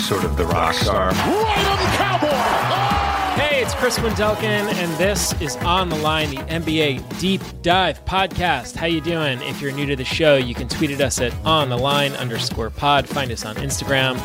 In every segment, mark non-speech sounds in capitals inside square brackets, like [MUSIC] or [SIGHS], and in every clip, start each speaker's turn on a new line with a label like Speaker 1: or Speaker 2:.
Speaker 1: sort of the rock star.
Speaker 2: Hey, it's Chris Wendelkin, and this is On the Line, the NBA Deep Dive Podcast. How you doing? If you're new to the show, you can tweet at us at on the line underscore pod. Find us on Instagram.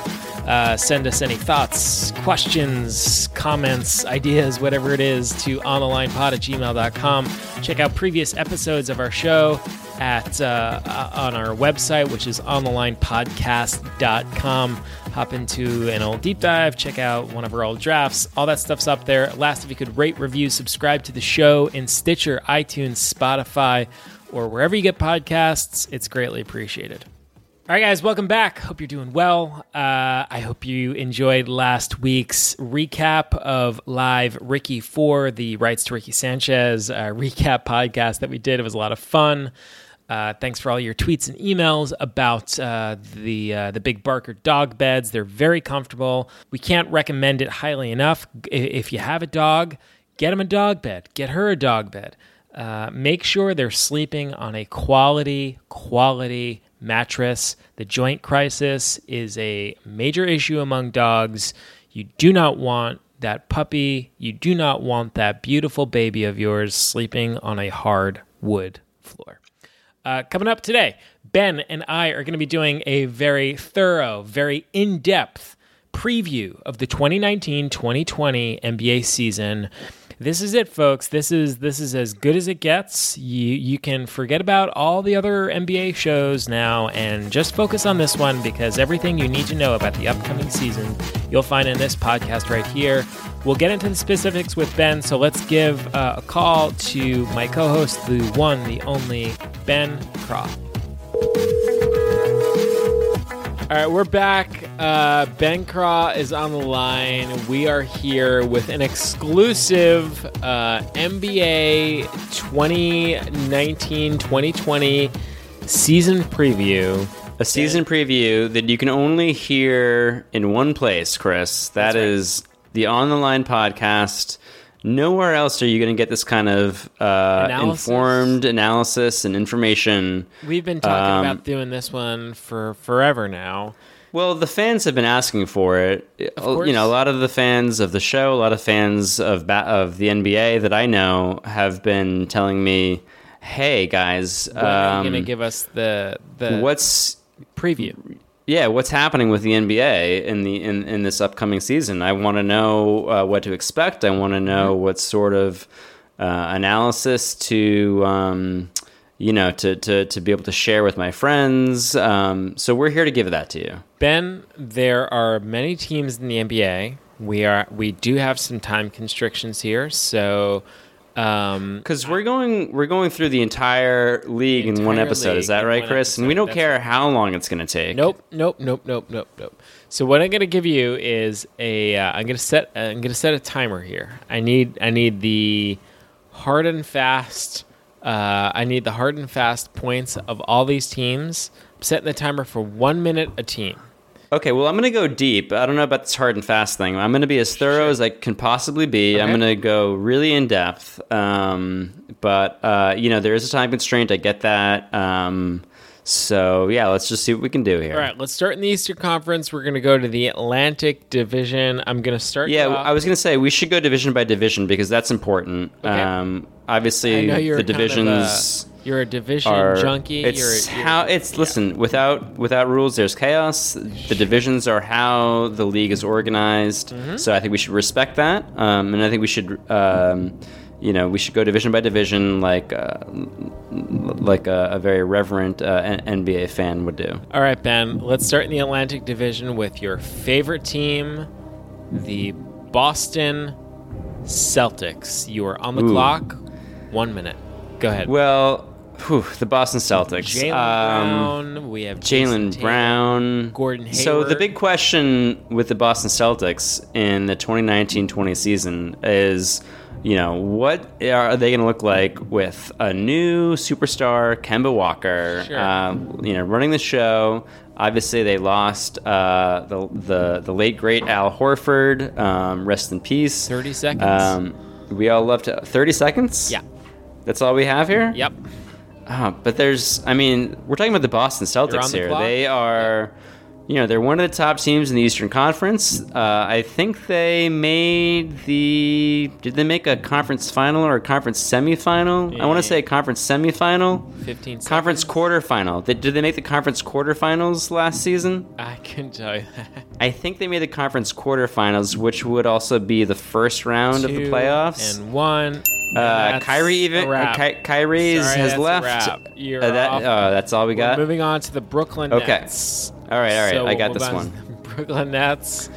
Speaker 2: Uh, send us any thoughts, questions, comments, ideas, whatever it is, to onthelinepod at gmail.com. Check out previous episodes of our show at uh, uh, on our website, which is onthelinepodcast.com. Hop into an old deep dive, check out one of our old drafts. All that stuff's up there. Last, if you could rate, review, subscribe to the show in Stitcher, iTunes, Spotify, or wherever you get podcasts, it's greatly appreciated. All right, guys, welcome back. Hope you're doing well. Uh, I hope you enjoyed last week's recap of Live Ricky 4, the Rights to Ricky Sanchez uh, [LAUGHS] recap podcast that we did. It was a lot of fun. Uh, thanks for all your tweets and emails about uh, the uh, the Big Barker dog beds. They're very comfortable. We can't recommend it highly enough. I- If you have a dog, get him a dog bed. Get her a dog bed. Uh, make sure they're sleeping on a quality, quality mattress. The joint crisis is a major issue among dogs. You do not want that puppy, you do not want that beautiful baby of yours sleeping on a hard wood floor. Uh, coming up today, Ben and I are going to be doing a very thorough, very in depth preview of the 2019 2020 NBA season. This is it, folks. This is this is as good as it gets. You you can forget about all the other NBA shows now and just focus on this one because everything you need to know about the upcoming season you'll find in this podcast right here. We'll get into the specifics with Ben, so let's give uh, a call to my co-host, the one, the only Ben Croft. All right, we're back. Uh, ben Craw is on the line. We are here with an exclusive uh, NBA 2019 2020 season preview.
Speaker 3: A season preview that you can only hear in one place, Chris. That is the On the Line podcast. Nowhere else are you going to get this kind of uh,
Speaker 2: Analysis.
Speaker 3: informed analysis and information.
Speaker 2: We've been talking
Speaker 3: Um,
Speaker 2: about doing this one for forever now.
Speaker 3: Well, the fans have been asking for it.
Speaker 2: course.
Speaker 3: you know, a lot of the fans of the show, a lot of fans of ba- of the NBA that I know have been telling me, "Hey guys,
Speaker 2: When are you
Speaker 3: um,
Speaker 2: going to give us the, the
Speaker 3: what's
Speaker 2: preview?
Speaker 3: yeah, what's happening with the NBA in the in, in this upcoming season? I want to know uh, what to expect. I want to know
Speaker 2: Mm-hmm.
Speaker 3: what sort of uh, analysis to um, you know to, to to be able to share with my friends. Um, so we're here to give that to you.
Speaker 2: Ben, there are many teams in the NBA. We are we do have some time constrictions here, so um,
Speaker 3: Because we're going, we're going through the entire league in one
Speaker 2: Entire
Speaker 3: episode. Is
Speaker 2: league
Speaker 3: that
Speaker 2: in
Speaker 3: right,
Speaker 2: one
Speaker 3: Chris? and we
Speaker 2: episode,
Speaker 3: don't
Speaker 2: that's
Speaker 3: care how long it's going to take.
Speaker 2: Nope, nope, nope, nope, nope, nope. So what I'm gonna give you is a. Uh, I'm gonna set. Uh, I'm gonna set a timer here. I need. I need the hard and fast. Uh, I need the hard and fast points of all these teams. I'm setting the timer for one minute a team.
Speaker 3: Okay. Well, I'm going to go deep. I don't know about this hard and fast thing. I'm going to be as thorough as I can possibly be. I'm
Speaker 2: Okay.
Speaker 3: going to go really in depth. Um, but uh, you know, there is a time constraint. I get that. Um, so yeah, let's just see what we can do here.
Speaker 2: All right, let's start in the Eastern Conference. We're gonna go to the Atlantic Division. I'm gonna start.
Speaker 3: Yeah,
Speaker 2: you off-
Speaker 3: I was going to say we should go division by division because that's important.
Speaker 2: Okay.
Speaker 3: Um,
Speaker 2: I
Speaker 3: obviously,
Speaker 2: know you're
Speaker 3: the
Speaker 2: kind of uh, a-
Speaker 3: divisions.
Speaker 2: you're a division
Speaker 3: are-
Speaker 2: junkie.
Speaker 3: It's
Speaker 2: you're, you're-
Speaker 3: how it's listen without without rules. There's chaos. The divisions are how the league is organized.
Speaker 2: Mm-hmm.
Speaker 3: So I think we should respect that, um, and I think we should. Um, you know, we should go division by division, like uh, like a, a very reverent uh, N- NBA fan would do.
Speaker 2: All right, Ben, let's start in the Atlantic Division with your favorite team, the Boston Celtics. You are on the
Speaker 3: Ooh.
Speaker 2: clock. One minute. Go ahead.
Speaker 3: Well, whew, the Boston Celtics.
Speaker 2: Jalen
Speaker 3: Um,
Speaker 2: Brown. We have
Speaker 3: Jalen
Speaker 2: Jason Tatum.
Speaker 3: Brown,
Speaker 2: Gordon
Speaker 3: So the
Speaker 2: Hayward.
Speaker 3: big question with the Boston Celtics in the 2019-20 season is, you know, what are they going to look like with a new superstar, Kemba Walker,
Speaker 2: Sure.
Speaker 3: um, you know, running the show? Obviously, they lost uh, the, the the late great Al Horford. Um, rest in peace.
Speaker 2: 30 seconds.
Speaker 3: Um, we all love to 30 seconds.
Speaker 2: Yeah.
Speaker 3: That's all we have here.
Speaker 2: Yep.
Speaker 3: Ah, but there's, I mean, we're talking about the Boston Celtics
Speaker 2: the
Speaker 3: here.
Speaker 2: clock.
Speaker 3: They are you know, they're one of the top teams in the Eastern Conference. Uh, I think they made the. Did they make a conference final or a conference semifinal? I want
Speaker 2: Yeah.
Speaker 3: to say conference semifinal.
Speaker 2: 15 seconds.
Speaker 3: Conference quarterfinal. They, did they make the conference quarterfinals last season?
Speaker 2: I can tell you that.
Speaker 3: I think they made the conference quarterfinals, which would also be the first round of the
Speaker 2: Two
Speaker 3: playoffs.
Speaker 2: And one.
Speaker 3: Uh,
Speaker 2: That's
Speaker 3: Kyrie even
Speaker 2: a wrap.
Speaker 3: Ky- Kyrie's
Speaker 2: Sorry,
Speaker 3: has
Speaker 2: that's a
Speaker 3: left.
Speaker 2: wrap. You're
Speaker 3: Uh, that,
Speaker 2: off.
Speaker 3: oh, that's all we
Speaker 2: We're
Speaker 3: got.
Speaker 2: moving on to the Brooklyn
Speaker 3: Okay.
Speaker 2: Nets.
Speaker 3: All right, all right,
Speaker 2: So
Speaker 3: I
Speaker 2: we'll
Speaker 3: got
Speaker 2: move
Speaker 3: this
Speaker 2: on to [LAUGHS] Brooklyn Nets.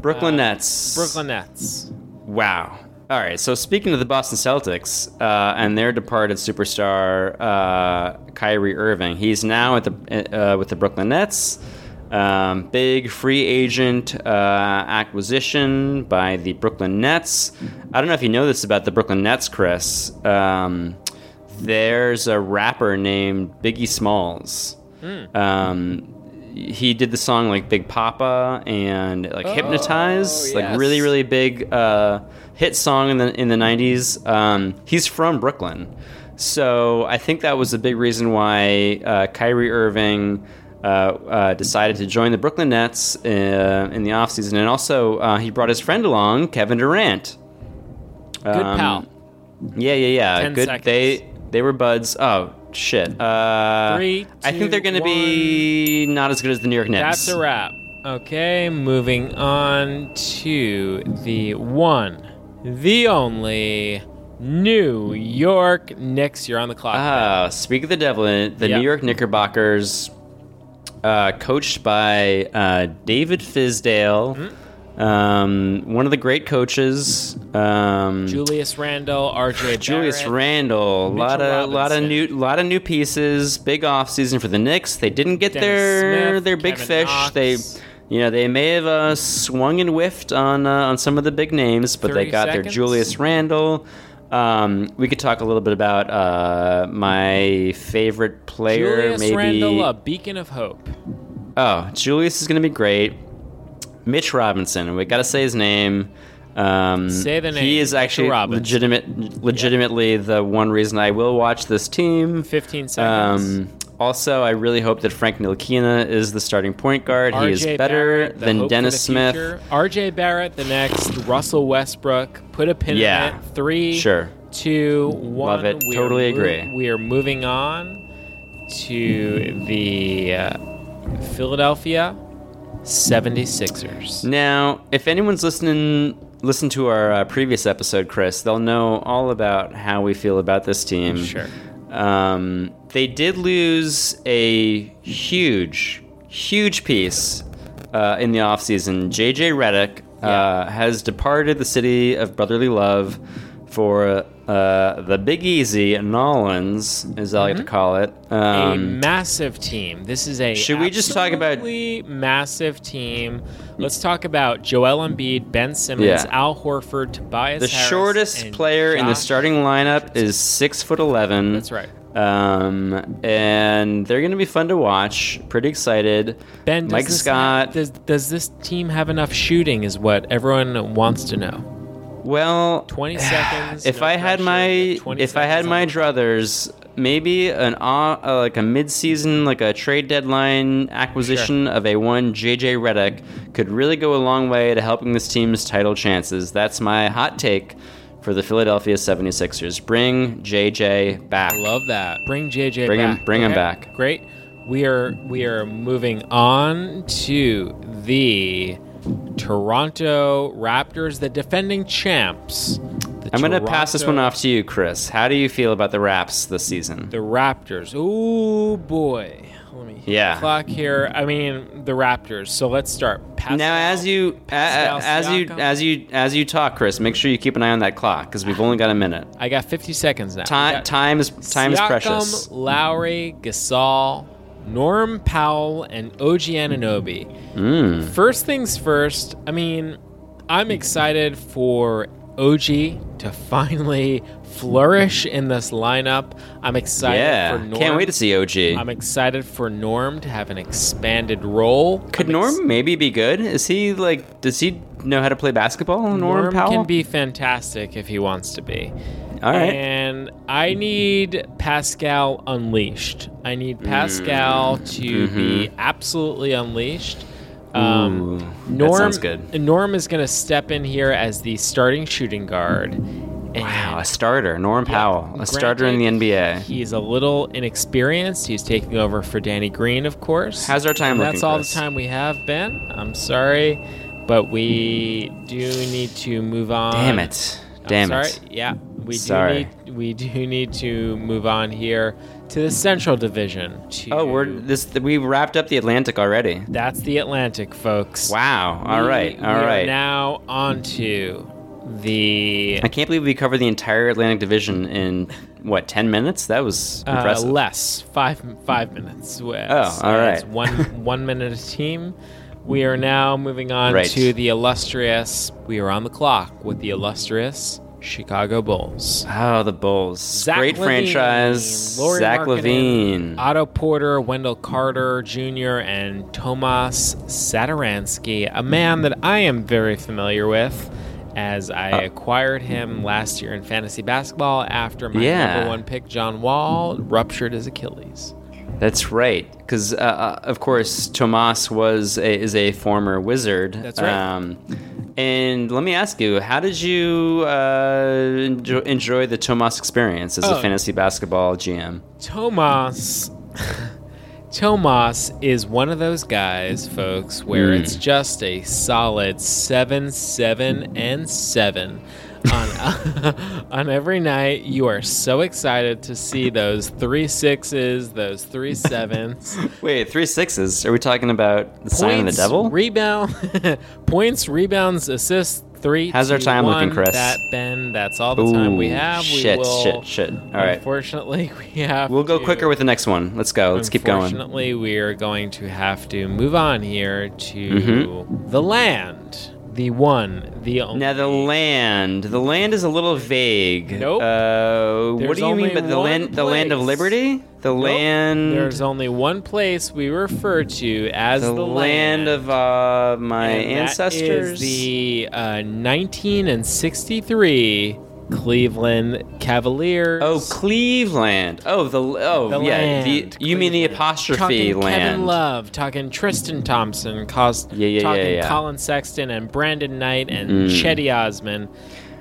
Speaker 3: Brooklyn
Speaker 2: uh,
Speaker 3: Nets.
Speaker 2: Brooklyn Nets.
Speaker 3: Wow. All right. So speaking of the Boston Celtics uh, and their departed superstar uh, Kyrie Irving, he's now at the uh, with the Brooklyn Nets. Um, big free agent uh, acquisition by the Brooklyn Nets. I don't know if you know this about the Brooklyn Nets, Chris. Um, there's a rapper named Biggie Smalls. Um, he did the song like Big Papa and like Hypnotize,
Speaker 2: yes.
Speaker 3: like really, really big uh, hit song in the in the '90s. Um, he's from Brooklyn, so I think that was a big reason why uh, Kyrie Irving. Uh, uh, decided to join the Brooklyn Nets uh, in the offseason. And also, uh, he brought his friend along, Kevin Durant.
Speaker 2: Good
Speaker 3: Um,
Speaker 2: pal.
Speaker 3: yeah, yeah, yeah.
Speaker 2: 10
Speaker 3: Good.
Speaker 2: seconds.
Speaker 3: They they were buds. Oh shit. Uh,
Speaker 2: Three,
Speaker 3: I
Speaker 2: two,
Speaker 3: think they're gonna be not as good as the New York Nets.
Speaker 2: That's a wrap. Okay, moving on to the one, the only New York Knicks. You're on the clock.
Speaker 3: Uh, speak of the devil, the
Speaker 2: Yep.
Speaker 3: New York Knickerbockers, uh, coached by uh, David Fizdale, um, one of the great coaches. Um,
Speaker 2: Julius Randle,
Speaker 3: [SIGHS]
Speaker 2: RJ
Speaker 3: Julius
Speaker 2: Barrett.
Speaker 3: Randle, a lot
Speaker 2: Mitchell
Speaker 3: of lot of
Speaker 2: Robinson.
Speaker 3: new lot of new pieces. Big off season for the Knicks. They didn't get
Speaker 2: Dennis
Speaker 3: their
Speaker 2: Smith,
Speaker 3: their big
Speaker 2: Kevin
Speaker 3: fish.
Speaker 2: Knox.
Speaker 3: They you know they may have uh, swung and whiffed on uh, on some of the big names, but they
Speaker 2: 30
Speaker 3: got their
Speaker 2: seconds.
Speaker 3: Julius Randle. Um, we could talk a little bit about uh, my favorite player,
Speaker 2: Julius
Speaker 3: maybe
Speaker 2: Randle, a beacon of hope.
Speaker 3: Oh, Julius is going to be great. Mitch Robinson, we got to say his name. Um,
Speaker 2: Say the name,
Speaker 3: He is
Speaker 2: Mitchell
Speaker 3: actually
Speaker 2: Robinson.
Speaker 3: legitimate, legitimately the one reason I will watch this team.
Speaker 2: 15 seconds.
Speaker 3: Um, also, I really hope that Frank Nilakina is the starting point guard. he is
Speaker 2: RJ
Speaker 3: better
Speaker 2: Barrett, the hope
Speaker 3: than
Speaker 2: for the
Speaker 3: Dennis Smith.
Speaker 2: future. RJ Barrett, the next. Russell Westbrook. Put a pin
Speaker 3: Yeah.
Speaker 2: in it. Three,
Speaker 3: Sure.
Speaker 2: two, one.
Speaker 3: Love it.
Speaker 2: We are
Speaker 3: Totally
Speaker 2: mo-
Speaker 3: agree.
Speaker 2: We are moving on to the uh, Philadelphia 76ers.
Speaker 3: Now, if anyone's listening, listen to our uh, previous episode, Chris. They'll know all about how we feel about this team.
Speaker 2: Sure.
Speaker 3: Um, they did lose a huge, huge piece uh, in the offseason. JJ Reddick uh, has departed the city of brotherly love for uh, the Big Easy, Nolans, as I like
Speaker 2: Mm-hmm.
Speaker 3: to call it.
Speaker 2: a
Speaker 3: Um,
Speaker 2: massive team. This is a
Speaker 3: Should we just talk about-
Speaker 2: absolutely massive team? Let's talk about Joel Embiid, Ben
Speaker 3: Yeah.
Speaker 2: Simmons, Al Horford, Tobias.
Speaker 3: The
Speaker 2: Harris,
Speaker 3: shortest
Speaker 2: and
Speaker 3: player in the
Speaker 2: Josh-
Speaker 3: starting lineup is six foot eleven.
Speaker 2: That's right.
Speaker 3: Um, and they're going to be fun to watch. Pretty excited.
Speaker 2: Ben, does
Speaker 3: Mike
Speaker 2: this
Speaker 3: Scott.
Speaker 2: have- does does this team have enough shooting? Is what everyone wants to know.
Speaker 3: well, [SIGHS]
Speaker 2: Twenty seconds.
Speaker 3: if
Speaker 2: no
Speaker 3: I had
Speaker 2: pressure,
Speaker 3: my
Speaker 2: 20
Speaker 3: if I had
Speaker 2: seconds
Speaker 3: my
Speaker 2: on-
Speaker 3: druthers, maybe an au- uh, like a mid-season like a trade deadline acquisition of a one JJ Redick could really go a long way to helping this team's title chances. That's my hot take for the Philadelphia 76ers. Bring JJ back.
Speaker 2: love that. Bring JJ.
Speaker 3: Bring him-
Speaker 2: back.
Speaker 3: bring him back.
Speaker 2: Great. We are we are moving on to the Toronto Raptors, the defending champs. The
Speaker 3: I'm going to pass this one
Speaker 2: Toronto-
Speaker 3: off to you, Chris. How do you feel about the Raps this season?
Speaker 2: The Raptors. Ooh boy. Let me hit the
Speaker 3: Yeah.
Speaker 2: clock here. I mean the Raptors. So let's start. Pascal.
Speaker 3: Now, as you a- a-
Speaker 2: Pascal
Speaker 3: as you
Speaker 2: Siakam.
Speaker 3: as you as you talk, Chris, make sure you keep an eye on that clock because we've only got a minute.
Speaker 2: I got 50 seconds now. We
Speaker 3: Time
Speaker 2: got
Speaker 3: time is time is
Speaker 2: Siakam,
Speaker 3: precious.
Speaker 2: Lowry, Gasol, Norm Powell, and OG Ananobi.
Speaker 3: Mm.
Speaker 2: First things first, I mean, I'm excited for OG to finally flourish in this lineup. I'm excited for
Speaker 3: Yeah,
Speaker 2: Norm.
Speaker 3: can't wait to see OG.
Speaker 2: I'm excited for Norm to have an expanded role.
Speaker 3: Could
Speaker 2: I'm ex-
Speaker 3: Norm maybe be good? Is he like? Does he know how to play basketball? Norm,
Speaker 2: Norm
Speaker 3: Powell.
Speaker 2: can be fantastic if he wants to be.
Speaker 3: All right.
Speaker 2: And I need
Speaker 3: Mm.
Speaker 2: Pascal unleashed. I need Pascal to be absolutely unleashed. Um,
Speaker 3: Mm-hmm. Ooh, that
Speaker 2: Norm,
Speaker 3: sounds good.
Speaker 2: Norm is going to step in here as the starting shooting guard. And
Speaker 3: Wow, a starter, Norm Powell, a
Speaker 2: granted,
Speaker 3: starter in the NBA.
Speaker 2: He's a little inexperienced. He's taking over for Danny Green, of course.
Speaker 3: How's our time
Speaker 2: And
Speaker 3: looking,
Speaker 2: That's all
Speaker 3: Chris?
Speaker 2: the time we have, Ben. I'm sorry, but we do need to move on.
Speaker 3: Damn it!
Speaker 2: I'm
Speaker 3: Damn
Speaker 2: sorry.
Speaker 3: it!
Speaker 2: Yeah, we
Speaker 3: Sorry.
Speaker 2: do need we do [LAUGHS] need to move on here to the Central Division. To,
Speaker 3: Oh, we're this. We wrapped up the Atlantic already.
Speaker 2: that's the Atlantic, folks.
Speaker 3: Wow. All
Speaker 2: We-
Speaker 3: right.
Speaker 2: we
Speaker 3: All
Speaker 2: are
Speaker 3: right.
Speaker 2: now on to
Speaker 3: [LAUGHS]
Speaker 2: the
Speaker 3: I can't believe we covered the entire Atlantic Division in what ten minutes. That was
Speaker 2: uh,
Speaker 3: impressive.
Speaker 2: less five five minutes. Oh,
Speaker 3: Oh, all right.
Speaker 2: one [LAUGHS] one minute a team. We are now moving on
Speaker 3: Right.
Speaker 2: to the illustrious. We are on the clock with the illustrious Chicago Bulls.
Speaker 3: Oh, the Bulls!
Speaker 2: Zach
Speaker 3: Great
Speaker 2: Levine,
Speaker 3: franchise.
Speaker 2: Lauri
Speaker 3: Zach
Speaker 2: Markkanen,
Speaker 3: Levine.
Speaker 2: Otto Porter, Wendell Carter Jr., and Tomas Sadaransky, a man that I am very familiar with. As I
Speaker 3: Uh,
Speaker 2: acquired him last year in fantasy basketball after my
Speaker 3: Yeah.
Speaker 2: number one pick, John Wall, ruptured his Achilles.
Speaker 3: That's right, because uh, uh, of course Tomas was a, is a former wizard.
Speaker 2: That's right.
Speaker 3: Um, and let me ask you, how did you uh, enjoy, enjoy the Tomas experience as
Speaker 2: Oh.
Speaker 3: a fantasy basketball GM?
Speaker 2: Tomas. [LAUGHS] Tomas is one of those guys, folks, where it's
Speaker 3: Hmm.
Speaker 2: just a solid seven, seven, and seven. on, [LAUGHS] on every night, you are so excited to see those three sixes, those
Speaker 3: [LAUGHS]
Speaker 2: three sevens.
Speaker 3: Wait, three sixes? Are we talking about the sign of the
Speaker 2: Points,
Speaker 3: devil?
Speaker 2: Rebound, [LAUGHS] points, rebounds, assists, three.
Speaker 3: How's our
Speaker 2: two,
Speaker 3: time looking,
Speaker 2: one.
Speaker 3: Chris?
Speaker 2: That, Ben, that's all the time we
Speaker 3: Ooh,
Speaker 2: have.
Speaker 3: Shit,
Speaker 2: we will,
Speaker 3: shit, shit. All right,
Speaker 2: Unfortunately, [LAUGHS] we have.
Speaker 3: we'll go
Speaker 2: to-
Speaker 3: quicker with the next one. Let's go. Let's keep going.
Speaker 2: Unfortunately, we are going to have to move on here to
Speaker 3: Mm-hmm.
Speaker 2: the land, the one, the only.
Speaker 3: Now the land. The land is a little vague.
Speaker 2: Nope.
Speaker 3: Uh, what
Speaker 2: There's
Speaker 3: do you mean
Speaker 2: only
Speaker 3: by the
Speaker 2: one
Speaker 3: land? The land of
Speaker 2: place.
Speaker 3: liberty. The
Speaker 2: Nope.
Speaker 3: land.
Speaker 2: There's only one place we refer to as
Speaker 3: the,
Speaker 2: the,
Speaker 3: land, of uh, my
Speaker 2: and that is
Speaker 3: ancestors.
Speaker 2: the uh, 19 and 63 Cleveland Cavaliers.
Speaker 3: oh, Cleveland. Oh, the oh
Speaker 2: The
Speaker 3: yeah.
Speaker 2: land,
Speaker 3: the, you mean the
Speaker 2: Cleveland.
Speaker 3: apostrophe
Speaker 2: talking Kevin
Speaker 3: land?
Speaker 2: Love, talking Tristan Thompson, cause,
Speaker 3: Yeah, yeah, yeah,
Speaker 2: talking
Speaker 3: yeah. Mm.
Speaker 2: Colin Sexton and Brandon Knight and Chetty Osman.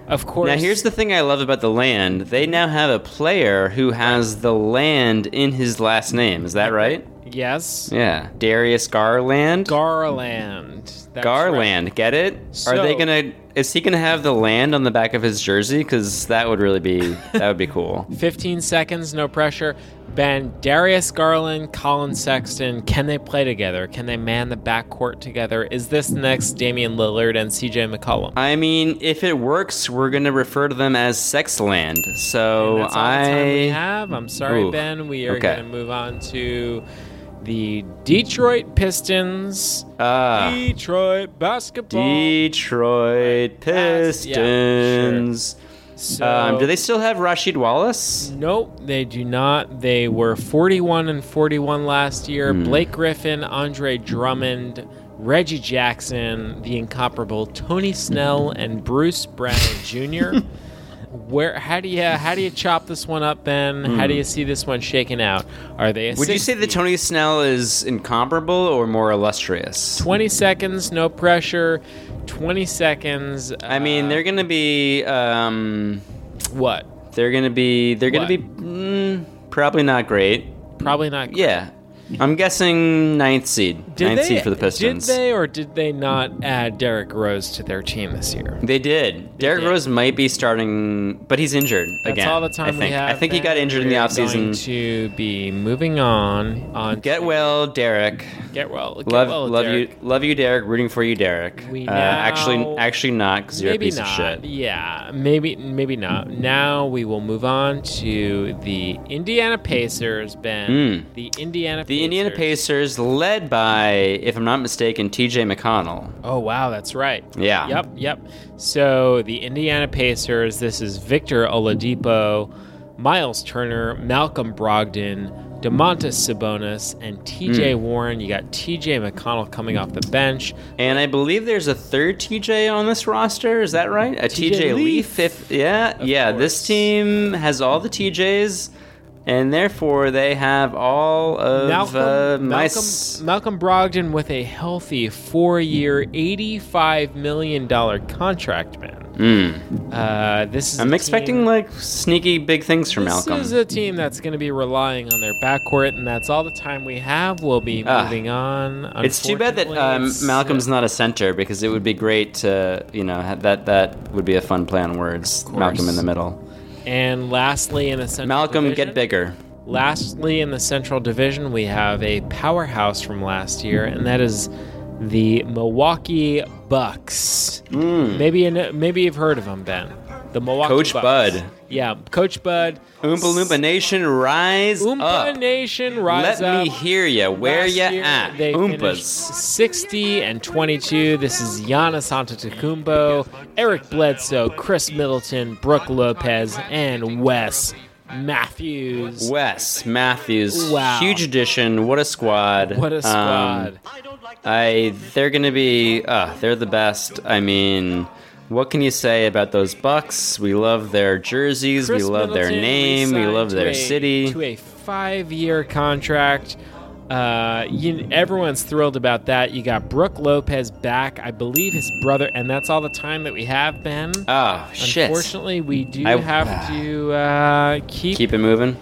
Speaker 2: Of course.
Speaker 3: Now here's the thing I love about the land. They now have a player who has the land in his last name. Is that right?
Speaker 2: yes.
Speaker 3: Yeah, Darius Garland.
Speaker 2: Garland. That's
Speaker 3: Garland, get it? Are they
Speaker 2: So-
Speaker 3: gonna? Is he gonna have the land on the back of his jersey? Because that would really be that would be
Speaker 2: [LAUGHS]
Speaker 3: cool.
Speaker 2: right. 15 seconds, no pressure. Ben, Darius Garland, Colin Sexton, can they play together? Can they man the backcourt together? Is this the next Damian Lillard and CJ McCollum?
Speaker 3: I mean, if it works, we're gonna refer to them as Sexland. So
Speaker 2: That's all
Speaker 3: Oh, I.
Speaker 2: the time we have. I'm sorry,
Speaker 3: Ooh,
Speaker 2: Ben. We are
Speaker 3: okay.
Speaker 2: going to move on to the Detroit Pistons.
Speaker 3: Ah,
Speaker 2: Detroit basketball.
Speaker 3: Detroit
Speaker 2: That's- yeah, sure.
Speaker 3: Pistons.
Speaker 2: so,
Speaker 3: um, do they still have Rashid Wallace?
Speaker 2: Nope, they do not. They were 41 and 41 last year.
Speaker 3: Hmm.
Speaker 2: Blake Griffin, Andre Drummond, Reggie Jackson, the incomparable
Speaker 3: [LAUGHS]
Speaker 2: Tony Snell, and Bruce Brown Jr. Where how do you how do you chop this one up, Ben? How do you see this one shaking out? Are they? A
Speaker 3: Hmm. Would you say
Speaker 2: 60?
Speaker 3: that Tony Snell is incomparable or more illustrious?
Speaker 2: 20 seconds, no pressure. 20 seconds. uh,
Speaker 3: I mean, they're gonna be. Um,
Speaker 2: what?
Speaker 3: They're gonna be. They're gonna
Speaker 2: What?
Speaker 3: be mm, probably not great.
Speaker 2: Probably not.
Speaker 3: Yeah, I'm guessing ninth seed. ninth seed for the Pistons.
Speaker 2: Did they or did they not add Derrick Rose to their team this year?
Speaker 3: They did. Derrick
Speaker 2: did.
Speaker 3: Rose might be starting, but he's injured
Speaker 2: That's
Speaker 3: again.
Speaker 2: all the
Speaker 3: I
Speaker 2: time
Speaker 3: think.
Speaker 2: we have.
Speaker 3: I think he
Speaker 2: Ben.
Speaker 3: got injured in the
Speaker 2: We're Going
Speaker 3: offseason.
Speaker 2: to be moving on on
Speaker 3: Get well, Derek.
Speaker 2: get well. Get
Speaker 3: Love,
Speaker 2: well,
Speaker 3: love
Speaker 2: Derek.
Speaker 3: you, love you, Derek. Rooting for you, Derek.
Speaker 2: We
Speaker 3: uh,
Speaker 2: now-
Speaker 3: actually, actually not because you're a
Speaker 2: Maybe
Speaker 3: piece
Speaker 2: not.
Speaker 3: of shit.
Speaker 2: Yeah, maybe maybe not. Now we will move on to the Indiana Pacers, Ben.
Speaker 3: Mm.
Speaker 2: The Indiana
Speaker 3: The Indiana
Speaker 2: Pacers.
Speaker 3: Pacers, led by, if I'm not mistaken, T.J. McConnell.
Speaker 2: Oh wow, that's right.
Speaker 3: Yeah.
Speaker 2: Yep, yep. So the Indiana Pacers. This is Victor Oladipo, Miles Turner, Malcolm Brogdon, Demontis Sabonis, and T.J.
Speaker 3: Hmm.
Speaker 2: Warren. You got T.J. McConnell coming off the bench.
Speaker 3: And I believe there's a third TJ on this roster. Is that right? A TJ,
Speaker 2: TJ
Speaker 3: Leaf.
Speaker 2: Leaf.
Speaker 3: If yeah, yeah.
Speaker 2: course.
Speaker 3: This team has all the TJs, and therefore they have all of
Speaker 2: Malcolm,
Speaker 3: uh, my
Speaker 2: Malcolm,
Speaker 3: s-
Speaker 2: Malcolm Brogdon with a healthy four-year, eighty-five million dollar contract, man. Uh, this is. a
Speaker 3: Hmm. I'm
Speaker 2: team-
Speaker 3: expecting like sneaky big things from
Speaker 2: This
Speaker 3: Malcolm.
Speaker 2: is a team that's going to be relying on their backcourt, and that's all the time we have. We'll be
Speaker 3: Ah.
Speaker 2: moving on.
Speaker 3: It's too bad that
Speaker 2: Unfortunately,
Speaker 3: um,
Speaker 2: it's- uh,
Speaker 3: Malcolm's not a center because it would be great to, you know, ha- that that would be a fun play on words.
Speaker 2: course.
Speaker 3: Malcolm in the middle.
Speaker 2: And lastly, in the central
Speaker 3: Malcolm,
Speaker 2: division,
Speaker 3: get bigger.
Speaker 2: Lastly, in the Central Division, we have a powerhouse from last year, and that is the Milwaukee Bucks. Maybe you know- maybe you've heard of them, Ben. The Milwaukee
Speaker 3: Hmm. Coach
Speaker 2: Bucks.
Speaker 3: Bud.
Speaker 2: Yeah, Coach Bud.
Speaker 3: Oompa Loompa Nation, rise
Speaker 2: Oompa
Speaker 3: up.
Speaker 2: Nation, rise
Speaker 3: Let
Speaker 2: up.
Speaker 3: me hear you. Where
Speaker 2: Last
Speaker 3: you
Speaker 2: year,
Speaker 3: at?
Speaker 2: They finished
Speaker 3: Oompas.
Speaker 2: 60 and 22. This is Giannis Antetokounmpo, Eric Bledsoe, Chris Middleton, Brooke Lopez, and Wes Matthews.
Speaker 3: Wes Matthews,
Speaker 2: Wow.
Speaker 3: huge addition. What a squad!
Speaker 2: What a
Speaker 3: Um,
Speaker 2: squad.
Speaker 3: I they're gonna be uh, they're the best. I mean, what can you say about those Bucks? We love their jerseys.
Speaker 2: Chris
Speaker 3: we love their
Speaker 2: Middleton
Speaker 3: name. We
Speaker 2: re-signed
Speaker 3: love
Speaker 2: to
Speaker 3: their
Speaker 2: a-
Speaker 3: city.
Speaker 2: To a five-year contract. Uh, you, everyone's thrilled about that. You got Brooke Lopez back, I believe his brother, and that's all the time that we have, Ben.
Speaker 3: oh shit!
Speaker 2: Unfortunately, we do
Speaker 3: I-
Speaker 2: have to uh, keep
Speaker 3: Keep it moving.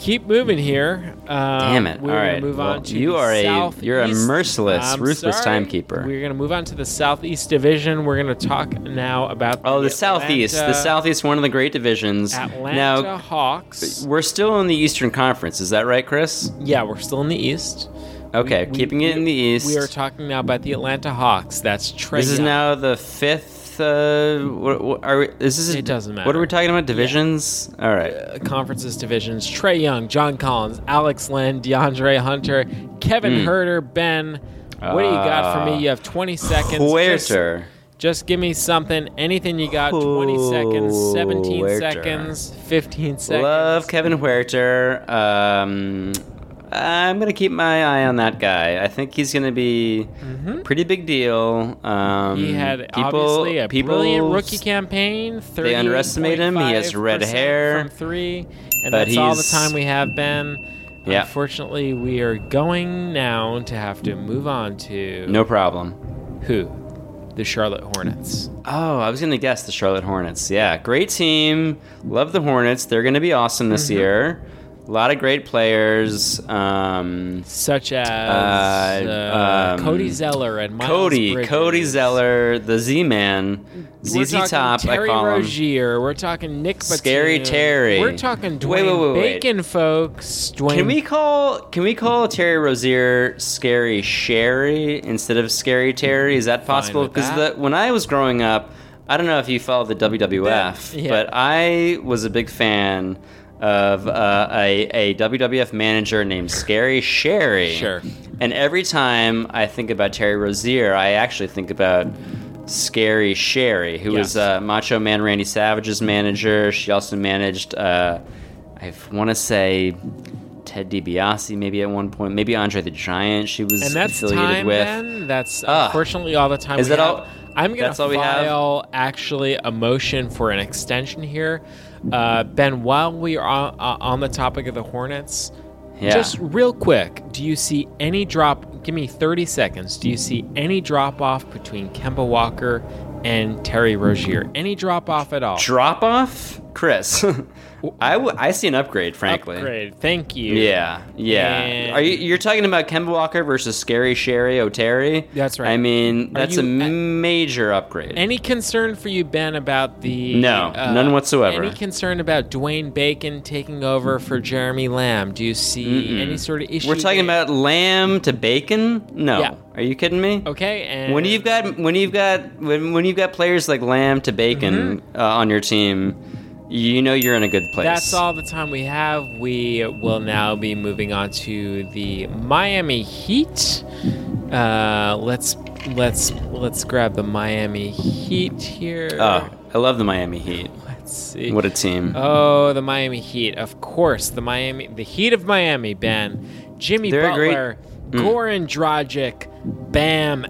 Speaker 2: keep moving here. Um,
Speaker 3: Damn it.
Speaker 2: We're
Speaker 3: All
Speaker 2: gonna
Speaker 3: right.
Speaker 2: move
Speaker 3: Well,
Speaker 2: on to
Speaker 3: you
Speaker 2: the
Speaker 3: are a-
Speaker 2: southeast-
Speaker 3: you're a merciless,
Speaker 2: I'm
Speaker 3: ruthless
Speaker 2: sorry.
Speaker 3: timekeeper.
Speaker 2: We're gonna move on to the southeast division. We're gonna talk now about
Speaker 3: Oh, the Southeast. The
Speaker 2: Atlanta-
Speaker 3: Southeast, one of the great divisions.
Speaker 2: Atlanta
Speaker 3: Now
Speaker 2: Hawks.
Speaker 3: we're still in the Eastern Conference. Is that right, Chris?
Speaker 2: Yeah, we're still in the East.
Speaker 3: Okay,
Speaker 2: We-
Speaker 3: keeping it in the East.
Speaker 2: We are talking now about the Atlanta Hawks. That's Trey.
Speaker 3: This is
Speaker 2: Young.
Speaker 3: now the fifth. Uh, what, what- are we, is this?
Speaker 2: It doesn't matter.
Speaker 3: What are we talking about? Divisions. All right.
Speaker 2: Uh, conferences divisions. Trey Young, John Collins, Alex Len, DeAndre Hunter, Kevin
Speaker 3: Hmm.
Speaker 2: Herter, Ben. What do you got for me? You have 20 seconds. Just,
Speaker 3: Uh, Huerter.
Speaker 2: just give me something, anything you got. 20 seconds, 17
Speaker 3: Huerter.
Speaker 2: seconds, 15 seconds.
Speaker 3: Love
Speaker 2: Mm-hmm.
Speaker 3: Kevin Huerter. Um, I'm gonna keep my eye on that guy. I think he's gonna be pretty big deal. Um,
Speaker 2: Mm-hmm. He had
Speaker 3: people,
Speaker 2: obviously a
Speaker 3: people,
Speaker 2: brilliant rookie campaign.
Speaker 3: They underestimate him. He has red
Speaker 2: 38.5%
Speaker 3: hair.
Speaker 2: from three, and
Speaker 3: But
Speaker 2: that's all the
Speaker 3: he's-
Speaker 2: time we have, Ben.
Speaker 3: Yeah.
Speaker 2: Unfortunately, we are going now to have to move on to
Speaker 3: No problem.
Speaker 2: who, the Charlotte Hornets.
Speaker 3: Oh, I was gonna guess the Charlotte Hornets. Yeah, great team. Love the Hornets. They're gonna be awesome this
Speaker 2: Mm-hmm.
Speaker 3: year. A lot of great players. Um,
Speaker 2: Such as
Speaker 3: Uh,
Speaker 2: uh,
Speaker 3: um,
Speaker 2: Cody Zeller and Miles
Speaker 3: Cody,
Speaker 2: Bridges.
Speaker 3: Cody Zeller, the Z Man,
Speaker 2: We're
Speaker 3: ZZ
Speaker 2: talking
Speaker 3: Top,
Speaker 2: Terry
Speaker 3: I call him.
Speaker 2: Rozier. We're talking Nick Batum.
Speaker 3: Scary Terry.
Speaker 2: We're talking Dwayne
Speaker 3: Wait, wait, wait, wait.
Speaker 2: Bacon, folks. Dwayne
Speaker 3: Can we call can we call Terry Rozier Scary Sherry instead of Scary Terry? Is that possible?
Speaker 2: with
Speaker 3: Because
Speaker 2: that.
Speaker 3: the when I was growing up, I don't know if you followed the WWF,
Speaker 2: Yeah.
Speaker 3: but I was a big fan of uh, a, a WWF manager named Scary Sherry.
Speaker 2: Sure.
Speaker 3: And every time I think about Terry Rozier, I actually think about Scary Sherry, who
Speaker 2: Yes.
Speaker 3: was uh, Macho Man Randy Savage's manager. She also managed, uh, I want to say, Ted DiBiase maybe at one point, maybe Andre the Giant. She was
Speaker 2: and that's
Speaker 3: affiliated
Speaker 2: time,
Speaker 3: with.
Speaker 2: Ben. That's
Speaker 3: Ah.
Speaker 2: unfortunately all the time.
Speaker 3: Is
Speaker 2: we
Speaker 3: that
Speaker 2: have.
Speaker 3: all-
Speaker 2: I'm gonna
Speaker 3: that's all we have?
Speaker 2: file actually a motion for an extension here, uh, Ben. While we are on, uh, on the topic of the Hornets,
Speaker 3: Yeah.
Speaker 2: just real quick, do you see any drop? Give me 30 seconds. Do you see any drop off between Kemba Walker and Terry Rozier? Any drop off at all?
Speaker 3: Drop off, Chris. [LAUGHS] I, w- I see an upgrade, frankly.
Speaker 2: Upgrade. Thank you.
Speaker 3: Yeah, yeah.
Speaker 2: And-
Speaker 3: Are you, you're talking about Kemba Walker versus Scary Sherry O'Terry?
Speaker 2: That's right.
Speaker 3: I mean,
Speaker 2: Are
Speaker 3: that's
Speaker 2: you-
Speaker 3: a major upgrade.
Speaker 2: Any concern for you, Ben, about the uh,
Speaker 3: No, none whatsoever.
Speaker 2: Any concern about Dwayne Bacon taking over for Jeremy Lamb? Do you see any sort of issue?
Speaker 3: We're talking
Speaker 2: there?
Speaker 3: about lamb to bacon? No.
Speaker 2: Yeah.
Speaker 3: Are you kidding me?
Speaker 2: okay. And
Speaker 3: When you've got when you've got when, when you've got players like lamb to bacon uh, on your team, you know you're in a good place.
Speaker 2: Mm-hmm. that's all the time we have. We will now be moving on to the Miami Heat. Uh, let's let's let's grab the Miami Heat here.
Speaker 3: Oh, I love the Miami Heat.
Speaker 2: let's see.
Speaker 3: What a team.
Speaker 2: Oh, the Miami Heat, of course. The Miami, the Heat of Miami, Ben, Jimmy
Speaker 3: They're a great- Mm.
Speaker 2: Butler, Goran Dragic, Bam,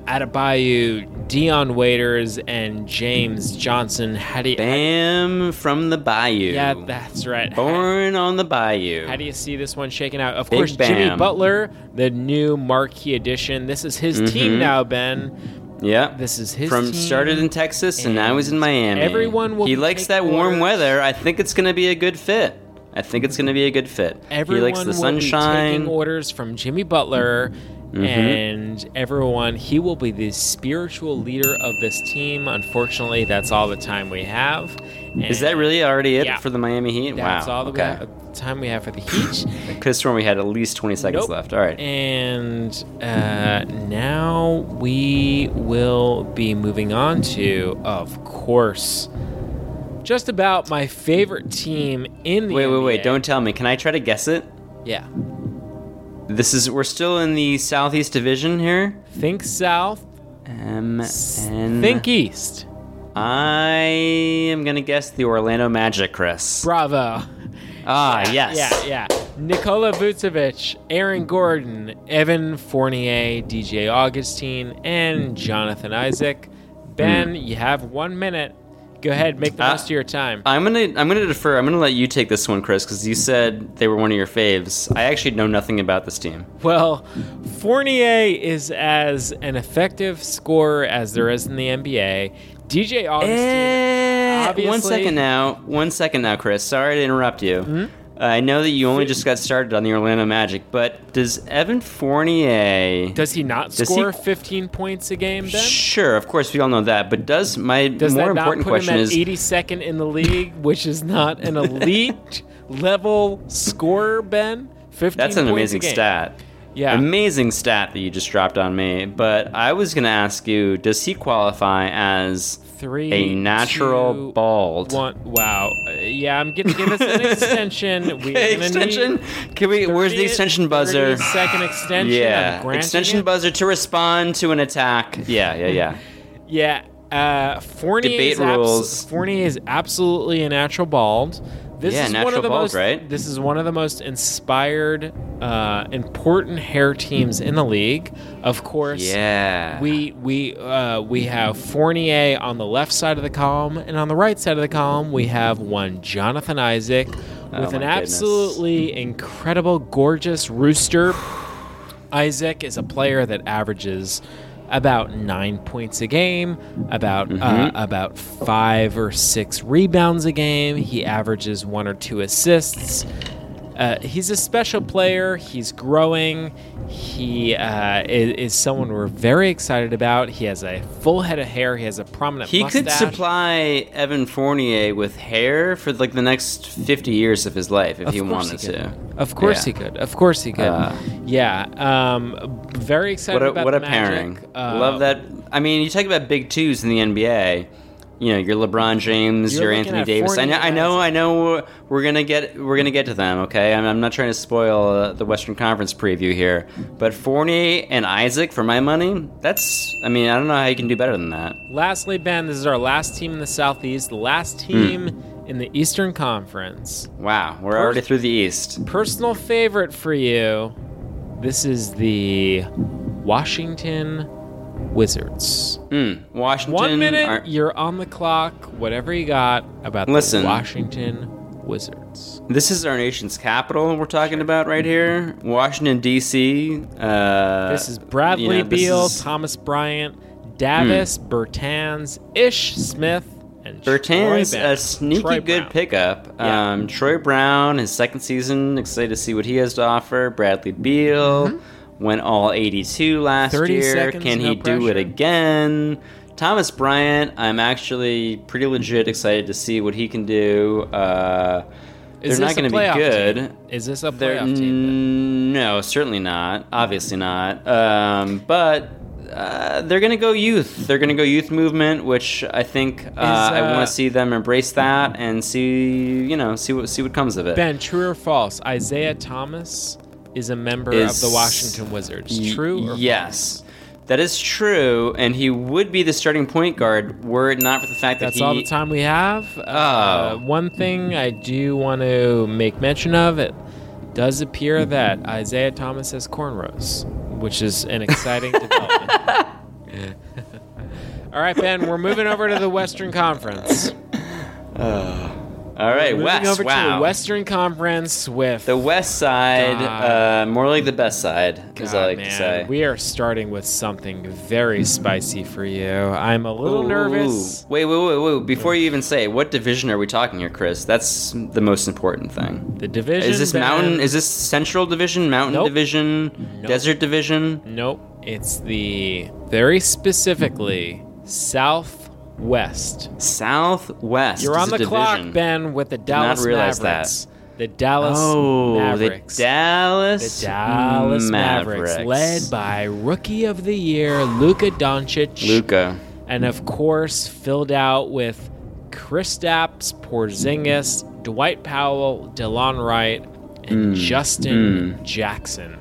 Speaker 2: Adebayo, Dion Waiters, and James Johnson. How do you?
Speaker 3: Bam from the Bayou.
Speaker 2: Yeah, that's right.
Speaker 3: Born on the Bayou.
Speaker 2: How do you see this one shaking out? Of
Speaker 3: Big
Speaker 2: course, Jimmy
Speaker 3: Bam.
Speaker 2: Butler, the new marquee addition. This is his team now, Ben.
Speaker 3: Yeah.
Speaker 2: This is his
Speaker 3: Mm-hmm. from
Speaker 2: team.
Speaker 3: started in Texas and now he's in
Speaker 2: and
Speaker 3: Miami.
Speaker 2: everyone will
Speaker 3: He likes
Speaker 2: take
Speaker 3: that warm
Speaker 2: orders.
Speaker 3: weather. I think it's going to be a good fit. I think it's going to be a good fit.
Speaker 2: Everyone
Speaker 3: he likes the
Speaker 2: will be
Speaker 3: sunshine. Mm-hmm.
Speaker 2: taking orders from Jimmy Butler, and everyone. He will be the spiritual leader of this team. Unfortunately, that's all the time we have.
Speaker 3: Is that really already it
Speaker 2: Yeah.
Speaker 3: for the Miami Heat?
Speaker 2: That's
Speaker 3: wow.
Speaker 2: all the
Speaker 3: okay.
Speaker 2: we- time we have
Speaker 3: [COUGHS]
Speaker 2: for the Heat.
Speaker 3: Could have sworn we had at least 20 seconds
Speaker 2: Nope.
Speaker 3: left. All right.
Speaker 2: And uh, now we will be moving on to, of course, just about my favorite team in the
Speaker 3: wait, wait,
Speaker 2: NBA.
Speaker 3: wait. Don't tell me. Can I try to guess it?
Speaker 2: yeah.
Speaker 3: This is we're still in the Southeast Division here.
Speaker 2: Think south,
Speaker 3: M N.
Speaker 2: think east.
Speaker 3: I am gonna guess the Orlando Magic, Chris.
Speaker 2: Bravo.
Speaker 3: ah, yes.
Speaker 2: Yeah, yeah. Nikola Vucevic, Aaron Gordon, Evan Fournier, DJ Augustine,
Speaker 3: Hmm.
Speaker 2: and Jonathan Isaac. Ben, you have one minute. Go ahead, make the
Speaker 3: Uh,
Speaker 2: most of your time.
Speaker 3: I'm gonna I'm gonna defer. I'm gonna let you take this one, Chris, because you said they were one of your faves. I actually know nothing about this team.
Speaker 2: Well, Fournier is as an effective scorer as there is in the NBA. DJ Augustine, obviously-
Speaker 3: Eh,
Speaker 2: Hmm?
Speaker 3: one second now. One second now, Chris. Sorry to interrupt you. I know that you only just got started on the Orlando Magic, but does Evan Fournier?
Speaker 2: does he not
Speaker 3: Does he-
Speaker 2: score 15 points a game then?
Speaker 3: Sure, of course we all know that, but does my
Speaker 2: Does
Speaker 3: more
Speaker 2: that not
Speaker 3: important
Speaker 2: put
Speaker 3: question
Speaker 2: him at
Speaker 3: is
Speaker 2: 82nd in the league, which is
Speaker 3: [LAUGHS]
Speaker 2: not an elite level scorer, Ben? 15
Speaker 3: That's an
Speaker 2: points a
Speaker 3: amazing
Speaker 2: game.
Speaker 3: stat.
Speaker 2: Yeah.
Speaker 3: Amazing stat that you just dropped on me. But I was going to ask you does he qualify as
Speaker 2: Three,
Speaker 3: a natural
Speaker 2: two,
Speaker 3: bald?
Speaker 2: One, wow. Uh, yeah, I'm going to give
Speaker 3: [LAUGHS]
Speaker 2: us an extension. We're
Speaker 3: Okay,
Speaker 2: gonna
Speaker 3: extension?
Speaker 2: Need
Speaker 3: Can we? Where's the
Speaker 2: 30
Speaker 3: extension buzzer?
Speaker 2: 30 Second extension. I'm
Speaker 3: Yeah,
Speaker 2: granting
Speaker 3: extension
Speaker 2: it.
Speaker 3: buzzer to respond to an attack. Yeah, yeah, yeah.
Speaker 2: Yeah, uh, Fournier
Speaker 3: Debate
Speaker 2: is abs-
Speaker 3: rules.
Speaker 2: Fournier is absolutely a natural bald. This
Speaker 3: Yeah,
Speaker 2: is one
Speaker 3: natural
Speaker 2: of the
Speaker 3: bald,
Speaker 2: most.
Speaker 3: right?
Speaker 2: This is one of the most inspired, uh, important hair teams in the league. Of course,
Speaker 3: yeah.
Speaker 2: we we uh, we have Fournier on the left side of the column, and on the right side of the column we have one Jonathan Isaac with
Speaker 3: Oh
Speaker 2: an
Speaker 3: my goodness.
Speaker 2: absolutely incredible, gorgeous rooster. Isaac is a player that averages about nine points a game, about
Speaker 3: Mm-hmm.
Speaker 2: uh, about five or six rebounds a game. He averages one or two assists. Uh, he's a special player. He's growing. He uh, is, is someone we're very excited about. He has a full head of hair. He has a prominent
Speaker 3: he
Speaker 2: mustache.
Speaker 3: could supply Evan Fournier with hair for like the next 50 years of his life if he
Speaker 2: course he
Speaker 3: wanted
Speaker 2: could.
Speaker 3: to.
Speaker 2: Of course
Speaker 3: Yeah.
Speaker 2: he could. Of course he could.
Speaker 3: Uh,
Speaker 2: yeah. Um, very excited
Speaker 3: What a,
Speaker 2: about
Speaker 3: what
Speaker 2: the
Speaker 3: a pairing.
Speaker 2: Magic. Uh,
Speaker 3: Love that. I mean, you talk about big twos in the NBA. You know, your LeBron James,
Speaker 2: You're
Speaker 3: your
Speaker 2: looking
Speaker 3: Anthony
Speaker 2: at
Speaker 3: Davis. I know,
Speaker 2: Fournier
Speaker 3: I know,
Speaker 2: guys.
Speaker 3: I know. We're gonna get, we're gonna get to them. Okay, I'm, I'm not trying to spoil uh, the Western Conference preview here, but Fournier and Isaac, for my money, that's. I mean, I don't know how you can do better than that.
Speaker 2: Lastly, Ben, this is our last team in the Southeast, the
Speaker 3: Hmm.
Speaker 2: last team in the Eastern Conference.
Speaker 3: Wow, we're already through the East.
Speaker 2: Personal favorite for you. This is the Washington Wizards.
Speaker 3: Hmm. Washington.
Speaker 2: One minute,
Speaker 3: are-
Speaker 2: you're on the clock. Whatever you got about
Speaker 3: Listen.
Speaker 2: the Washington Wizards.
Speaker 3: this is our nation's capital. We're talking about right here, Washington D.C. Uh,
Speaker 2: This is Bradley
Speaker 3: you know, this
Speaker 2: Beal,
Speaker 3: is- Hmm.
Speaker 2: Thomas Bryant, Davis, Bertans, Ish Smith, and
Speaker 3: Bertans,
Speaker 2: Troy
Speaker 3: a
Speaker 2: Brown.
Speaker 3: uh, sneaky
Speaker 2: Troy
Speaker 3: good
Speaker 2: Brown.
Speaker 3: pickup.
Speaker 2: Yeah.
Speaker 3: Um, Troy Brown, his second season, excited to see what he has to offer. Bradley Beal went all 82 last
Speaker 2: 30
Speaker 3: year.
Speaker 2: Mm-hmm. seconds,
Speaker 3: Can
Speaker 2: no
Speaker 3: he do it
Speaker 2: pressure.
Speaker 3: again? Thomas Bryant, I'm actually pretty legit excited to see what he can do. Uh,
Speaker 2: Is
Speaker 3: they're
Speaker 2: this
Speaker 3: not
Speaker 2: a
Speaker 3: going to
Speaker 2: playoff
Speaker 3: be good.
Speaker 2: team? Is this a
Speaker 3: They're,
Speaker 2: playoff team?
Speaker 3: no, certainly not. Obviously not. Um, but uh, they're going to go youth. They're going to go youth movement, which I think uh, I
Speaker 2: uh,
Speaker 3: want to see them embrace that and see you know see what see what comes of it.
Speaker 2: Ben, true or false? Isaiah Thomas is a member
Speaker 3: Is-
Speaker 2: of the Washington Wizards.
Speaker 3: Y-
Speaker 2: True or
Speaker 3: yes. That is true, and he would be the starting point guard were it not for the fact that
Speaker 2: That's
Speaker 3: he.
Speaker 2: all the time we have. Uh,
Speaker 3: Oh.
Speaker 2: One thing I do want
Speaker 3: Mm-hmm.
Speaker 2: to make mention of it does appear that Isaiah Thomas has cornrows. which is an
Speaker 3: [LAUGHS]
Speaker 2: exciting development. All right, Ben, we're moving over to the Western Conference.
Speaker 3: All right,
Speaker 2: Moving
Speaker 3: West.
Speaker 2: over
Speaker 3: wow.
Speaker 2: to the Western Conference with
Speaker 3: The West Side,
Speaker 2: God.
Speaker 3: uh, more like the Best Side, as I
Speaker 2: God,
Speaker 3: like to
Speaker 2: man,
Speaker 3: say.
Speaker 2: We are starting with something very spicy for you. I'm a little
Speaker 3: Ooh,
Speaker 2: nervous.
Speaker 3: Wait, wait, wait, wait. Before you even say, what division are we talking here, Chris? That's the most important thing.
Speaker 2: The division
Speaker 3: Is this
Speaker 2: Ben-
Speaker 3: mountain? Is this Central Division, Mountain
Speaker 2: Nope.
Speaker 3: Division,
Speaker 2: Nope.
Speaker 3: Desert Division?
Speaker 2: Nope. It's the very specifically Southwest.
Speaker 3: Southwest.
Speaker 2: You're
Speaker 3: is
Speaker 2: on
Speaker 3: a
Speaker 2: the
Speaker 3: division.
Speaker 2: clock, Ben, with the Dallas
Speaker 3: realize that.
Speaker 2: Mavericks. The Dallas
Speaker 3: Oh,
Speaker 2: Mavericks.
Speaker 3: the Dallas,
Speaker 2: The Dallas Mavericks, led by rookie of the year Luka Doncic,
Speaker 3: Luca.
Speaker 2: and of course filled out with Kristaps Porzingis, Dwight Powell, DeLon Wright,
Speaker 3: Hmm.
Speaker 2: and Justin Jackson.